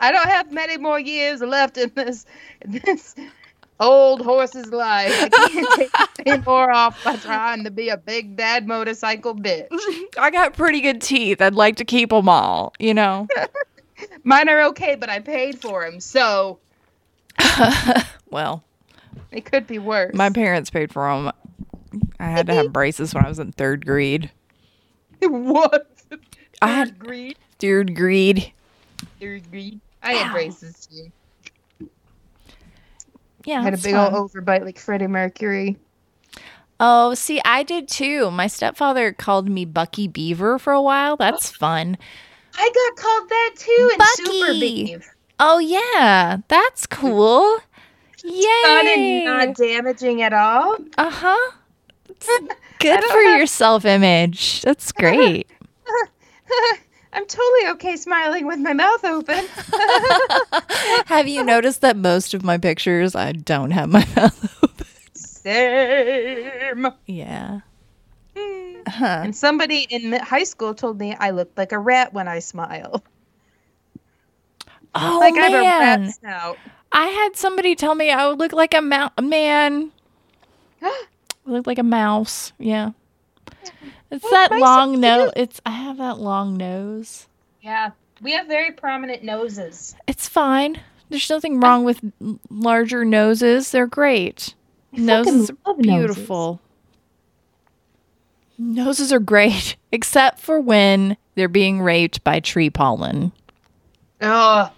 S1: i don't have many more years left in this this old horse's life i can't take any more off by trying to be a big bad motorcycle bitch
S2: I got pretty good teeth. I'd like to keep them all, you know.
S1: mine are okay but i paid for them so
S2: well,
S1: it could be worse
S2: my parents paid for them. I had to have braces when I was in third grade.
S1: what
S2: I had
S1: Greed.
S2: third grade.
S1: agree. I had
S2: Ow.
S1: braces too.
S2: Yeah,
S1: I had a
S2: that's
S1: big
S2: fine.
S1: old overbite like Freddie Mercury.
S2: Oh, see, I did too. My stepfather called me Bucky Beaver for a while. That's fun.
S1: I got called that too in Super
S2: Bucky!
S1: Beef.
S2: Oh yeah, that's cool.
S1: Not
S2: Yay!
S1: in- not damaging at all.
S2: Uh huh. Good
S1: don't
S2: for
S1: have-
S2: your self image. That's great.
S1: I'm totally okay smiling with my mouth open.
S2: have you noticed that most of my pictures I don't have my mouth open?
S1: Same.
S2: Yeah.
S1: Hmm.
S2: Huh.
S1: And somebody in mi- high school told me I looked like a rat when I smile.
S2: Oh
S1: like I
S2: man,
S1: have
S2: I,
S1: a rat snout.
S2: had somebody tell me I would look like a mou- a man. I look like a mouse. Yeah. It's
S1: Oh,
S2: that
S1: mice are
S2: long
S1: cute.
S2: nose. It's I have that long nose.
S1: Yeah, we have very prominent noses.
S2: It's fine. There's nothing wrong with l- larger noses. They're great. Noses are beautiful. Noses. are great, except for when they're being raped by tree pollen.
S1: Oh,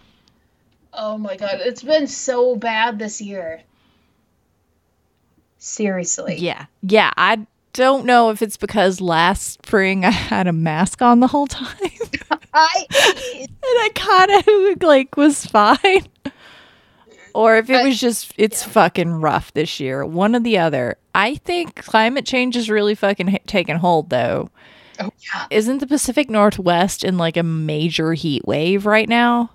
S1: oh my god, it's been so bad this year. Seriously.
S2: Yeah. Yeah. I don't know if it's because last spring I had a mask on the whole time and
S1: I
S2: I kind of like was fine. Or if it
S1: I-
S2: was just, it's fucking rough this year. One or the other. I think climate change is really fucking h- taking hold though.
S1: oh yeah.
S2: Isn't the Pacific Northwest in like a major heat wave right now?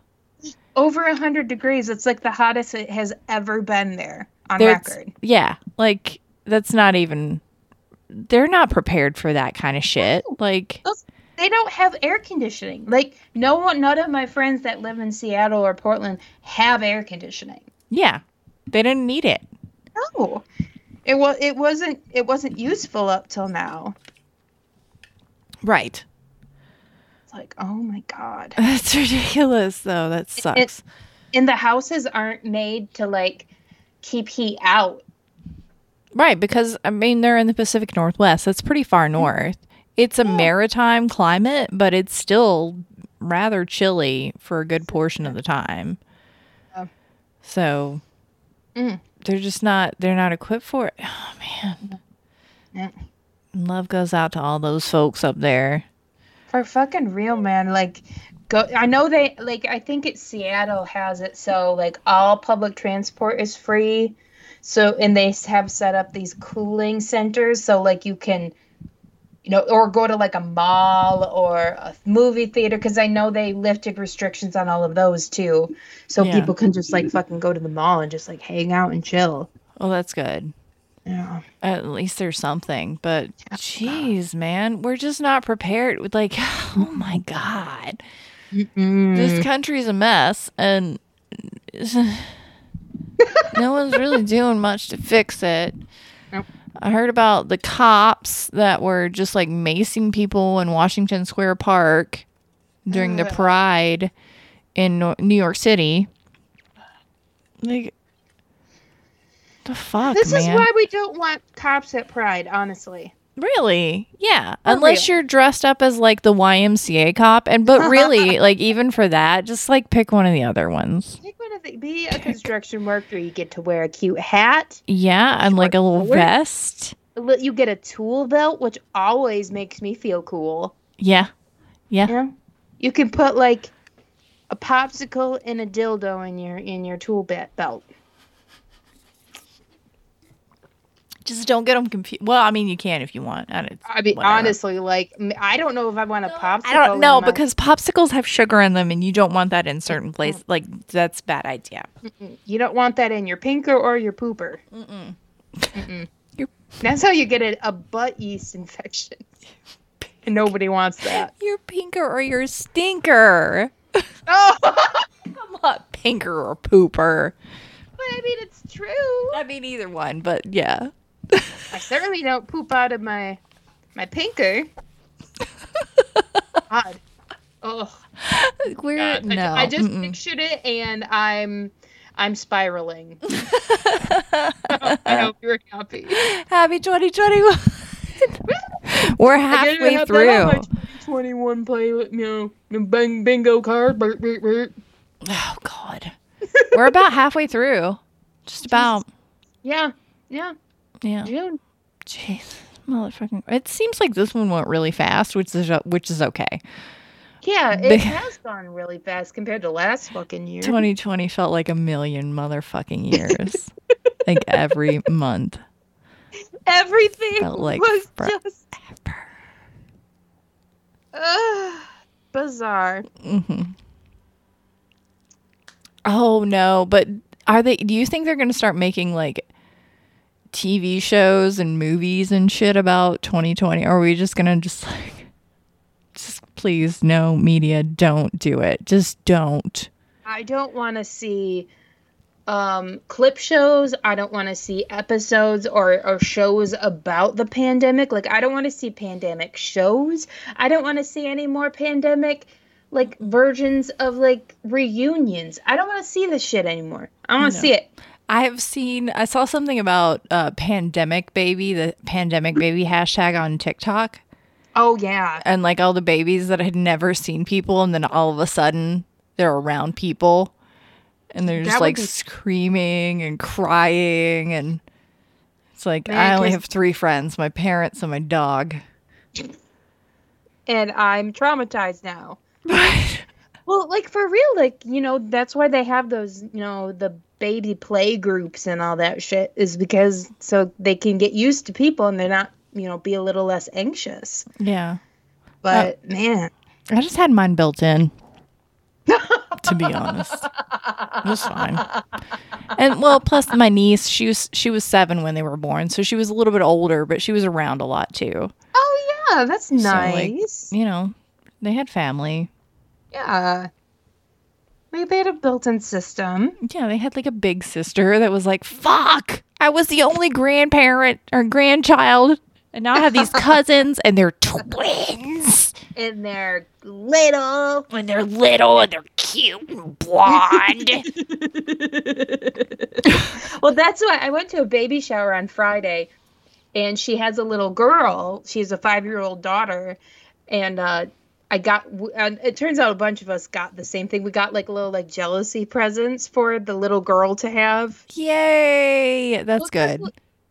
S1: Over 100 degrees. It's like the hottest it has ever been there on
S2: There's-
S1: record.
S2: Yeah, like that's not even they're not prepared for that kind of shit. Like
S1: They don't have air conditioning. Like no one none of my friends that live in Seattle or Portland have air conditioning.
S2: yeah, they didn't need it.
S1: No. It was it wasn't it wasn't useful up till now.
S2: Right.
S1: It's like, oh my god.
S2: That's ridiculous though. That sucks.
S1: And the houses aren't made to like keep heat out.
S2: right, because I mean they're in the Pacific Northwest. That's pretty
S1: Mm.
S2: far north. It's a maritime climate, but it's still rather chilly for a good portion of the time.
S1: Yeah.
S2: So
S1: Mm.
S2: they're just not they're not equipped for it. Oh man.
S1: Yeah.
S2: Love goes out to all those folks up there.
S1: For fucking real, man. Like, go. I know they like. I think it's Seattle has it, so like all public transport is free. So and they have set up these cooling centers, so like you can, you know, or go to like a mall or a movie theater because I know they lifted restrictions on all of those too, so
S2: Yeah.
S1: people can just like fucking go to the mall and just like hang out and chill.
S2: Oh, that's good.
S1: Yeah.
S2: At least there's something. But jeez, man, we're just not prepared. With Like, oh my god, this country's a mess, and no one's really doing much to fix it.
S1: Nope.
S2: I heard about the cops that were just like macing people in Washington Square Park during the
S1: Ugh.
S2: Pride in Nor- New York City. Like, the fuck,
S1: This
S2: man.
S1: is why we don't want cops at Pride, honestly.
S2: Really? Yeah.
S1: For
S2: Unless
S1: real.
S2: you're dressed up as like the YMCA cop. And but really, like even for that, just like pick one of the other ones.
S1: Take one of the be a construction worker. You get to wear a cute hat.
S2: Yeah, and like a little
S1: short.
S2: vest.
S1: Li- You get a tool belt, which always makes me feel cool.
S2: Yeah.
S1: Yeah. You can put like a popsicle and a dildo in your in your tool be- belt.
S2: Just don't get them confused. Well, I mean, you can if you want. I don't,
S1: I mean,
S2: whatever.
S1: honestly, like m- I don't know if I want a popsicle.
S2: I don't
S1: in
S2: know
S1: my-
S2: because popsicles have sugar in them, and you don't want that in certain places. Like that's a bad idea.
S1: you don't want that in your pinker or your pooper.
S2: Mm-mm.
S1: Mm-mm.
S2: Your-
S1: That's how you get a, a butt yeast infection. And nobody wants that.
S2: You're pinker or you're stinker.
S1: Oh, but
S2: I'm not pinker or pooper.
S1: I mean, it's true.
S2: I mean, either one, but yeah.
S1: I certainly don't poop out of my my pinker. God. Oh,
S2: We're
S1: God. I,
S2: no.
S1: I just
S2: mm-mm.
S1: pictured it and I'm I'm spiraling. I hope you're happy.
S2: Happy 2021. We're
S1: I didn't
S2: halfway
S1: have that on
S2: through.
S1: my 21 pilot, you know, the bang, bingo card. Burp, burp, burp.
S2: Oh God, we're about halfway through. Just about.
S1: Yeah, yeah,
S2: Yeah.
S1: June.
S2: Jeez, motherfucking. It seems like this one went really fast, which is which is okay.
S1: Yeah,
S2: Big-
S1: it has gone really fast compared to last fucking year.
S2: 2020 felt like a million motherfucking years. like every month.
S1: Everything
S2: Felt like
S1: was
S2: fr-
S1: just uh, bizarre.
S2: hmm Oh no, but are they? Do you think they're going to start making like TV shows and movies and shit about 2020? Or are we just going to just like, just please, no media, don't do it. Just don't.
S1: I don't want to see um, clip shows. I don't want to see episodes or, or shows about the pandemic. Like, I don't want to see pandemic shows. I don't want to see any more pandemic, like, versions of, like, reunions. I don't want to see this shit anymore. I don't want to
S2: No.
S1: see it.
S2: I've seen, I saw something about uh, pandemic baby, the pandemic baby hashtag on TikTok.
S1: Oh, yeah.
S2: and like all the babies that had never seen people and then all of a sudden they're around people and they're just
S1: That would
S2: like
S1: be-
S2: screaming and crying and it's like
S1: Man,
S2: I only
S1: 'cause-
S2: have three friends, my parents and my dog.
S1: And I'm traumatized now.
S2: Right.
S1: Well, like, for real, like, you know, that's why they have those, you know, the baby play groups and all that shit, is because so they can get used to people and they're not, you know, be a little less anxious.
S2: yeah.
S1: But man,
S2: I just had mine built in. to be honest. It was fine. And well, plus my niece, she was she was seven when they were born, so she was a little bit older, but she was around a lot too.
S1: oh yeah, that's
S2: like,
S1: nice.
S2: You know, they had family.
S1: yeah. Like they had a built-in system.
S2: Yeah, they had like a big sister that was like, fuck, I was the only grandparent or grandchild. And now I have these cousins and they're twins.
S1: And they're little.
S2: And they're little and they're cute and blonde.
S1: well, that's why I went to a baby shower on Friday, and she has a little girl. She has a five-year-old daughter, and uh, I got. w- And it turns out a bunch of us got the same thing. We got like little like jealousy presents for the little girl to have.
S2: Yay. That's good.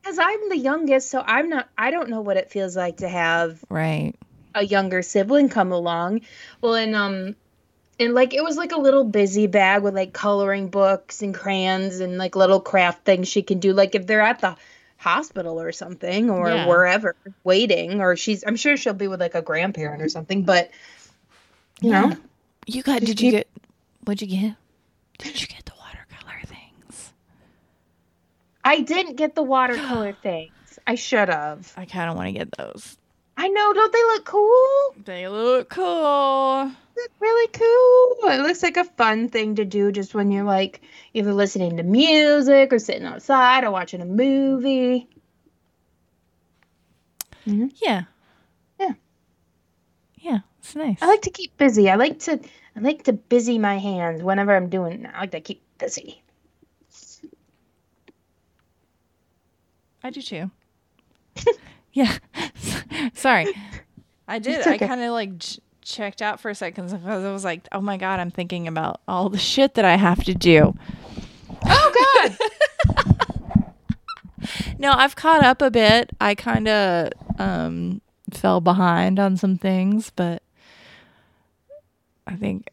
S1: Because I'm the youngest, so I'm not. I don't know what it feels like to have
S2: Right.
S1: a younger sibling come along. Well, and um, and like it was like a little busy bag with like coloring books and crayons and like little craft things she can do. Like if they're at the hospital or something or
S2: Yeah.
S1: wherever waiting, or she's I'm sure she'll be with like a grandparent or something. But you know,
S2: You got, did you get, what'd you get? Did you get the watercolor things?
S1: I didn't get the watercolor things. I should have.
S2: I kind of want to get those.
S1: I know. Don't they look cool?
S2: They look cool.
S1: Look really cool. It looks like a fun thing to do just when you're like either listening to music or sitting outside or watching a movie.
S2: Yeah.
S1: Yeah.
S2: Yeah. It's nice.
S1: I like to keep busy. I like to I like to busy my hands whenever I'm doing. I like to keep busy.
S2: I do too. yeah. Sorry. I did.
S1: It's
S2: I
S1: okay.
S2: kind of like ch- checked out for a second because I was like, oh my God, I'm thinking about all the shit that I have to do.
S1: Oh God!
S2: No, I've caught up a bit. I kind of um, fell behind on some things, but I think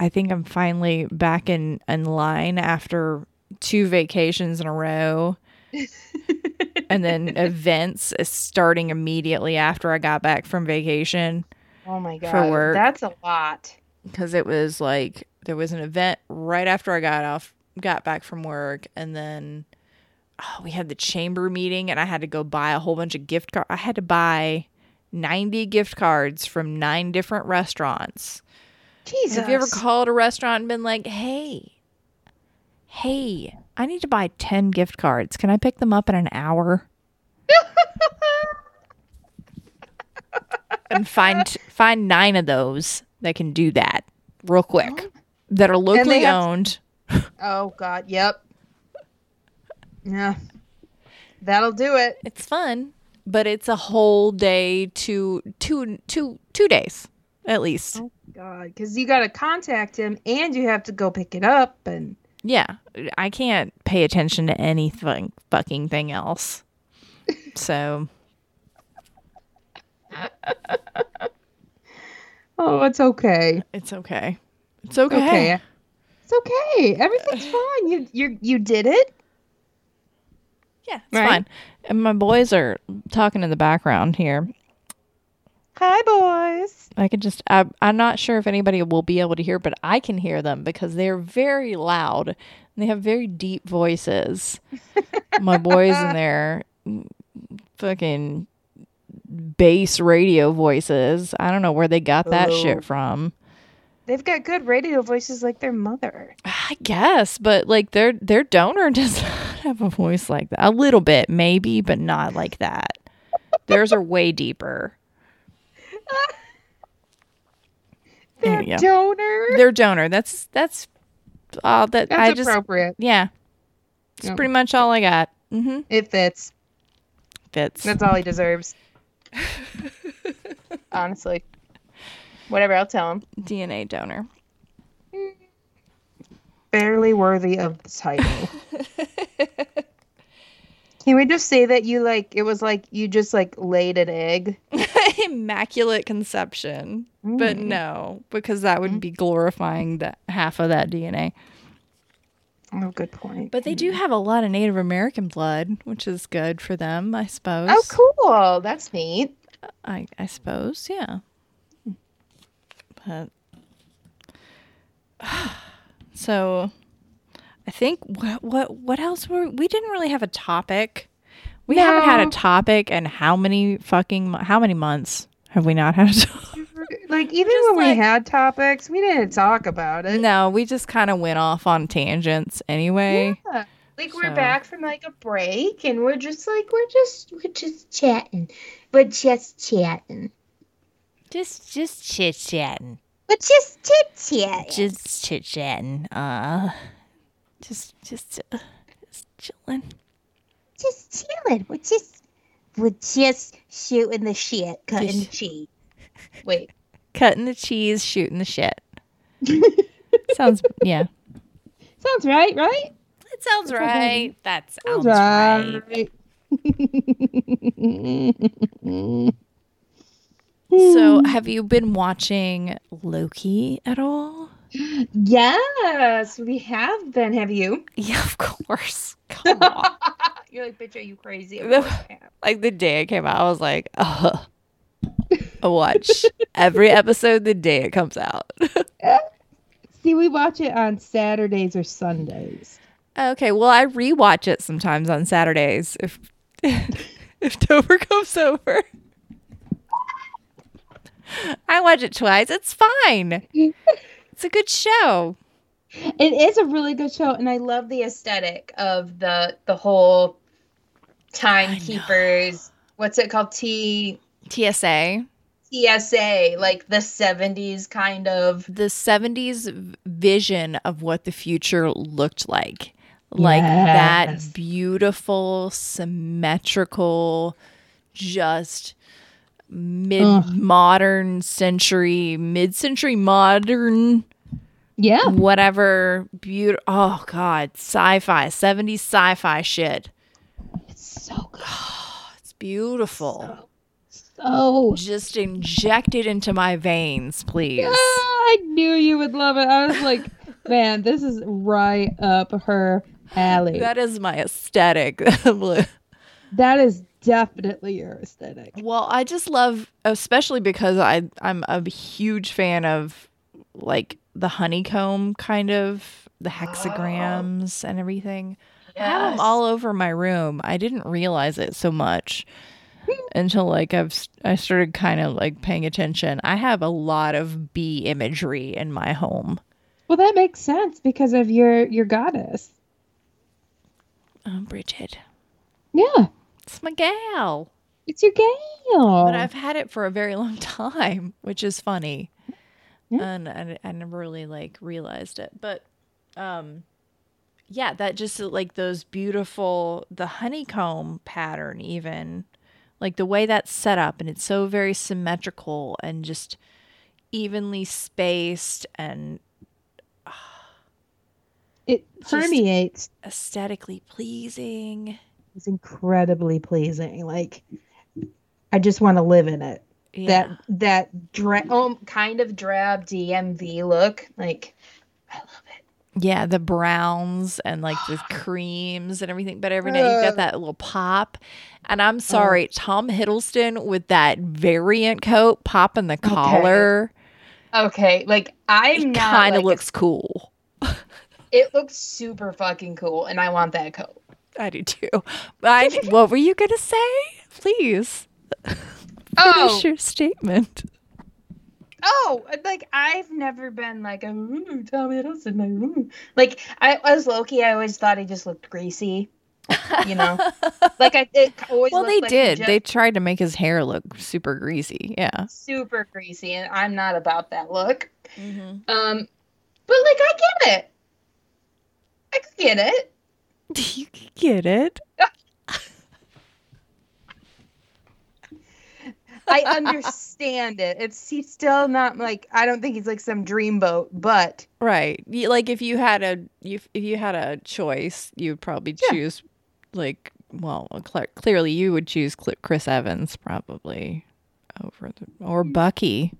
S2: I think I'm finally back in, in line after two vacations in a row. and then events is starting immediately after I got back from vacation
S1: oh my God!
S2: work.
S1: That's a lot.
S2: because it was like there was an event right after I got off, got back from work, and then oh, we had the chamber meeting, and I had to go buy a whole bunch of gift cards. I had to buy ninety gift cards from nine different restaurants.
S1: Jesus!
S2: Have you ever called a restaurant and been like, "Hey, hey, I need to buy ten gift cards. Can I pick them up in an hour?" and find find nine of those that can do that real quick that are locally
S1: have-
S2: owned.
S1: oh God! Yep. Yeah. That'll do it.
S2: It's fun. but it's a whole day to two two two days at least.
S1: Oh God, because you got to contact him and you have to go pick it up and
S2: Yeah, I can't pay attention to anything fucking thing else. So
S1: oh, it's okay.
S2: it's okay. It's okay.
S1: Okay. It's okay. Everything's fine. You you you did it.
S2: Yeah, it's
S1: Right?
S2: fine. And my boys are talking in the background here.
S1: Hi, boys.
S2: I can just I, I'm not sure if anybody will be able to hear, but I can hear them because they're very loud and they have very deep voices. My boys and their fucking bass radio voices. I don't know where they got that
S1: Oh.
S2: shit from.
S1: They've got good radio voices like their mother.
S2: I guess, but like their their donor does not have a voice like that. A little bit, maybe, but not like that. Theirs are way deeper.
S1: Their
S2: There you go.
S1: donor.
S2: Their donor. That's that's all that
S1: That's
S2: I just
S1: appropriate.
S2: Yeah. It's
S1: Yep.
S2: pretty much all I got. Mm-hmm.
S1: It fits.
S2: Fits.
S1: That's all he deserves. Honestly. Whatever, I'll tell him.
S2: DNA donor.
S1: Barely worthy of the title. Can we just say that you like it was like you just like laid an egg?
S2: Immaculate conception. But no, because that would be glorifying that half of that DNA.
S1: Oh, good point.
S2: But they do have a lot of Native American blood, which is good for them, I suppose.
S1: Oh cool. That's neat.
S2: I, I suppose, yeah. But so, I think what what what else were we didn't really have a topic. We haven't had
S1: No.
S2: a topic, and how many fucking mo- how many months have we not had a topic?
S1: Like even
S2: Just
S1: when
S2: like-
S1: we had topics, we didn't talk about it.
S2: no, we just kind of went off on tangents anyway.
S1: Yeah. Like
S2: So-
S1: we're back from like a break and we're just like we're just we're just chatting. We're just chatting.
S2: Just just chit chatting,
S1: We're just chit chatting.
S2: just chit chatting. Uh, just just uh, just chilling.
S1: just chilling. We're just we're just shooting the shit, cutting
S2: Just-
S1: the cheese. Wait,
S2: cutting the cheese, shooting the shit. sounds yeah.
S1: sounds right, right?
S2: It sounds right. That sounds So, have you been watching Loki at all?
S1: yes, we have been. Have you?
S2: Yeah, of course. Come on.
S1: You're like, bitch, are you crazy? Of
S2: No.
S1: course I have.
S2: like the day it came out, I was like, oh, I watch every episode the day it comes out.
S1: See, we watch it on Saturdays or Sundays.
S2: okay, well, I rewatch it sometimes on Saturdays if if Dover comes over. I watch it twice. It's fine. It's a good show.
S1: It is a really good show, and I love the aesthetic of the the whole timekeepers. What's it called? T
S2: TSA,
S1: TSA, like the seventies kind of.
S2: the 70s v- vision of what the future looked like. Like
S1: Yes.
S2: that beautiful, symmetrical, just mid modern century, mid century modern
S1: Yeah.
S2: whatever beautiful oh god sci-fi 70s sci-fi shit
S1: It's so good.
S2: it's beautiful
S1: So, so
S2: just inject it into my veins please
S1: Ah, I knew you would love it. I was like, man, this is right up her alley.
S2: that is my aesthetic
S1: that is definitely your aesthetic.
S2: well i just love especially because i i'm a huge fan of like the honeycomb kind of the hexagrams and everything I have them all over my room. I didn't realize it so much until like I've s- I started kind of like paying attention. I have a lot of bee imagery in my home.
S1: Well, that makes sense because of your your goddess.
S2: Oh, Bridget,
S1: Yeah,
S2: it's my gal.
S1: it's your gal.
S2: But I've had it for a very long time, which is funny,
S1: Yeah.
S2: and I, I never really like realized it. But um, yeah, that just like those beautiful the honeycomb pattern even Like the way that's set up and it's so very symmetrical and just evenly spaced and
S1: It
S2: Just-
S1: permeates.
S2: aesthetically pleasing.
S1: It's incredibly pleasing. Like I just want to live in it.
S2: Yeah.
S1: That that dra- oh, kind of drab DMV look. Like I love it.
S2: Yeah, the browns and like the creams and everything. But every now you've
S1: Ugh. Oh.
S2: got that little pop. And I'm sorry, Tom Hiddleston with that variant coat popping the collar
S1: Okay, like I'm
S2: it
S1: not.
S2: kind of
S1: like,
S2: looks cool.
S1: It looks super fucking cool, and I want that coat.
S2: I do too. But I, what were you going to say? Please
S1: Oh,
S2: finish your statement.
S1: oh, like I've never been like a ooh, Tom Hiddleston. Like, ooh. like I as Loki, I always thought he just looked greasy. You know, like I it always.
S2: well,
S1: looked
S2: they
S1: like he
S2: did.
S1: just-
S2: They tried to make his hair look super greasy. Yeah.
S1: super greasy, and I'm not about that look. Um, but like I get it. I could get it.
S2: you get it?
S1: I understand it. It's he's still not like I don't think he's like some dreamboat, but
S2: Right. Y- Like if you had a you if you had a choice, you would probably
S1: Yeah.
S2: choose like well, cl- clearly you would choose Cl- Chris Evans probably over the, or Bucky.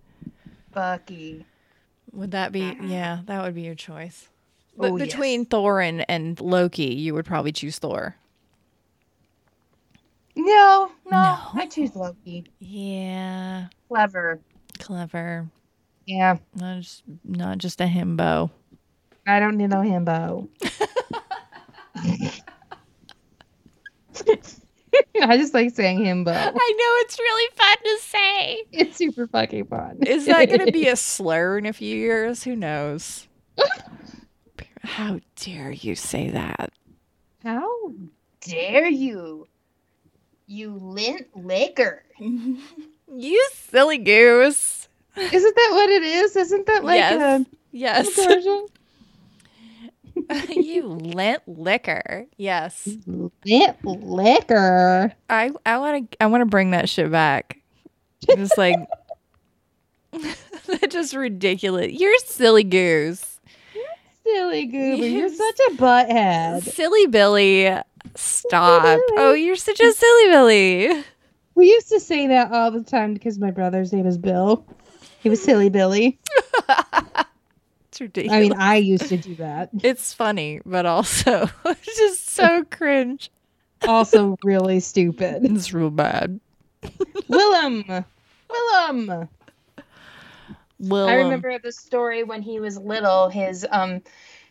S1: Bucky.
S2: Would that be yeah, that would be your choice. But
S1: Oh, yes.
S2: between Thor and, and Loki, you would probably choose Thor.
S1: No, no,
S2: No.
S1: I choose Loki.
S2: Yeah.
S1: Clever.
S2: Clever.
S1: Yeah,
S2: Not just not just a himbo.
S1: I don't need no himbo. I just like saying himbo.
S2: I know it's really fun to say.
S1: It's super fucking fun.
S2: Is that going to be a slur in a few years? Who knows? How dare you say that?
S1: How dare you? You lint liquor.
S2: you silly goose.
S1: Isn't that what it is? Isn't that like um,
S2: yes.
S1: a
S2: Yes.
S1: version?
S2: you lint liquor. Yes.
S1: Lint liquor.
S2: I I want to I want to bring that shit back. Just like that's just ridiculous. You're silly goose.
S1: Silly goober, you're
S2: Yes.
S1: such a butthead.
S2: Silly Billy. Stop.
S1: Billy.
S2: Oh, you're such a silly Billy.
S1: We used to say that all the time because my brother's name is Bill. He was Silly Billy.
S2: It's ridiculous.
S1: I mean, I used to do that.
S2: It's funny, but also it's just so cringe.
S1: Also, really stupid.
S2: It's real bad.
S1: Willem. Willem.
S2: Well,
S1: I remember the story when he was little. His um,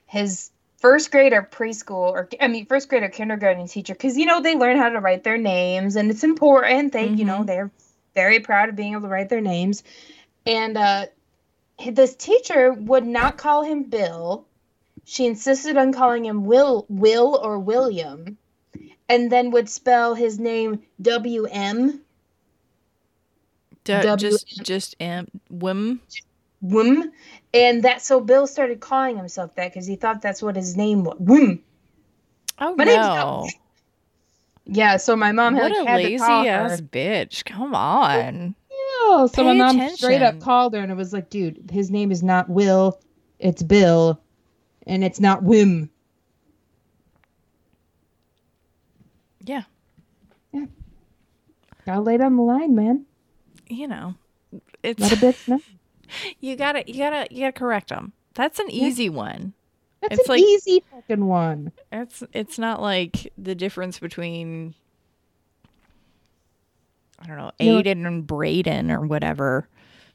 S1: his first grade or preschool or I mean first grade or kindergarten teacher, because you know they learn how to write their names and it's important. They you know
S2: Mhm.
S1: they're very proud of being able to write their names, and uh, this teacher would not call him Bill. She insisted on calling him Will Will or William, and then would spell his name W M
S2: Du-
S1: W-
S2: just just um, whim.
S1: Wim. And that so Bill started calling himself that because he thought that's what his name was. Wim.
S2: Oh
S1: My name's
S2: no!
S1: not- Yeah, so my mom had,
S2: What
S1: like,
S2: a
S1: had to
S2: lazy
S1: call
S2: ass
S1: her.
S2: bitch! Come on.
S1: Yeah, so my
S2: Pay
S1: mom straight up
S2: attention.
S1: called her and it was like, dude, his name is not Will, it's Bill, and it's not Wim.
S2: Yeah.
S1: Yeah. Gotta lay down the line, man.
S2: You know, it's
S1: Not a bitch, no.
S2: you gotta you gotta you gotta correct them. That's an
S1: Yeah.
S2: easy one.
S1: That's
S2: It's
S1: an
S2: like-
S1: easy fucking one.
S2: It's it's not like the difference between I don't know
S1: You know-
S2: Aiden and Braden or whatever.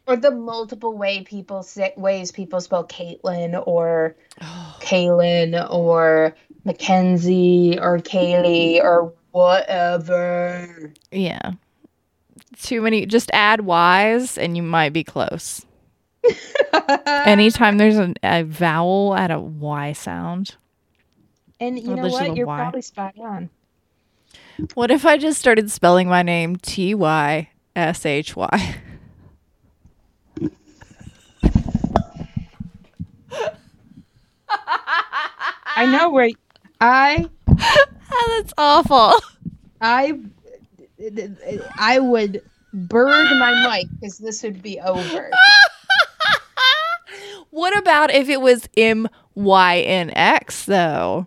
S1: Or the multiple way people say, ways people spell Caitlin or Oh, Kaylin or Mackenzie or Kaylee or whatever.
S2: Yeah. Too many. Just add Y's and you might be close. Anytime there's an, a vowel at a Y sound.
S1: and you
S2: Or
S1: know
S2: there's
S1: what?
S2: little
S1: You're
S2: Y.
S1: probably spot on.
S2: What if I just started spelling my name T Y S H Y?
S1: I know where I
S2: Ah, That's awful.
S1: I I would burn my mic because this would be over.
S2: What about if it was M Y N X though?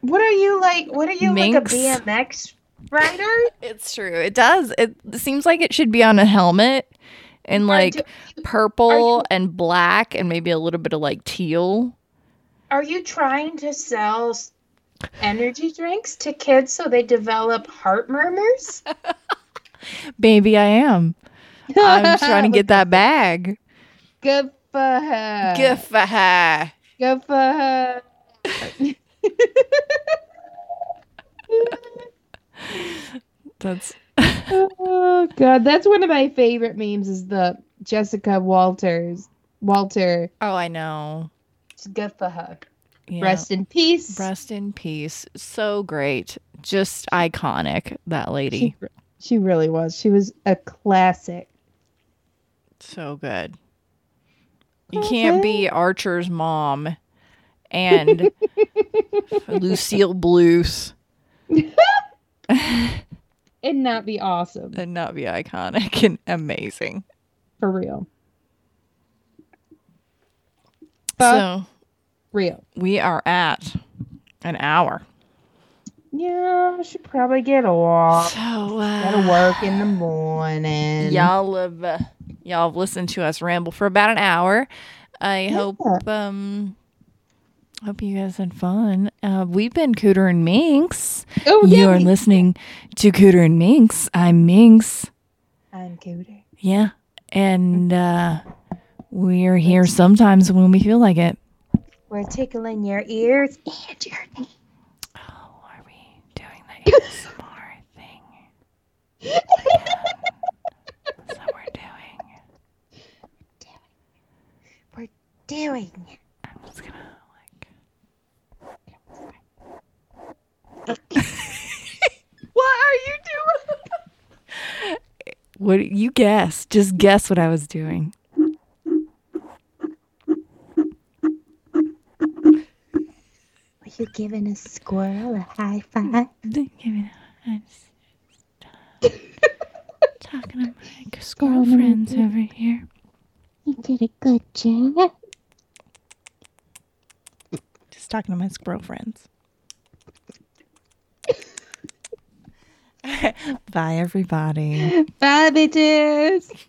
S1: What are you like? What are you
S2: Minx.
S1: like a BMX rider?
S2: It's true. It does. It seems like it should be on a helmet and
S1: Are
S2: like
S1: do-
S2: purple
S1: you-
S2: and black and maybe a little bit of like teal.
S1: Are you trying to sell s- energy drinks to kids so they develop heart murmurs?
S2: Baby, I am. I'm trying to get that bag.
S1: Good for her.
S2: Good for her.
S1: Good for her.
S2: That's
S1: Oh god, that's one of my favorite memes. Is the Jessica Walters Walter?
S2: oh I know.
S1: She's Good for her.
S2: Yeah.
S1: Rest in peace.
S2: Rest in peace. So great. Just iconic, that
S1: She,
S2: lady.
S1: she really was. She was a classic.
S2: So good. You can't be Archer's mom and Lucille Bluth
S1: It'd not be awesome
S2: and not be iconic and amazing.
S1: for real. But
S2: so
S1: real.
S2: we are at an hour.
S1: Yeah, I should probably get off.
S2: So
S1: Gotta
S2: uh,
S1: work in the morning.
S2: y'all have uh, y'all have listened to us ramble for about an hour. I hope um hope you guys had fun. Uh, we've been Cooter and Minx.
S1: Oh,
S2: You
S1: yeah.
S2: are
S1: we-
S2: listening to Cooter and Minx. I'm Minx.
S1: I'm cuter.
S2: Yeah. And uh, we're here sometimes when we feel like it.
S1: We're tickling your ears and your
S2: Oh, are we doing the ASMR thing? That's what we're doing.
S1: doing.
S2: I'm just gonna like.
S1: What are you doing?
S2: What you guess? Just guess what I was doing.
S1: Are you giving a squirrel a high five?
S2: Give me that. I'm just, just uh, talking to my squirrel friends over here.
S1: You did a good job.
S2: Just talking to my squirrel friends. Bye, everybody.
S1: Bye, bitches.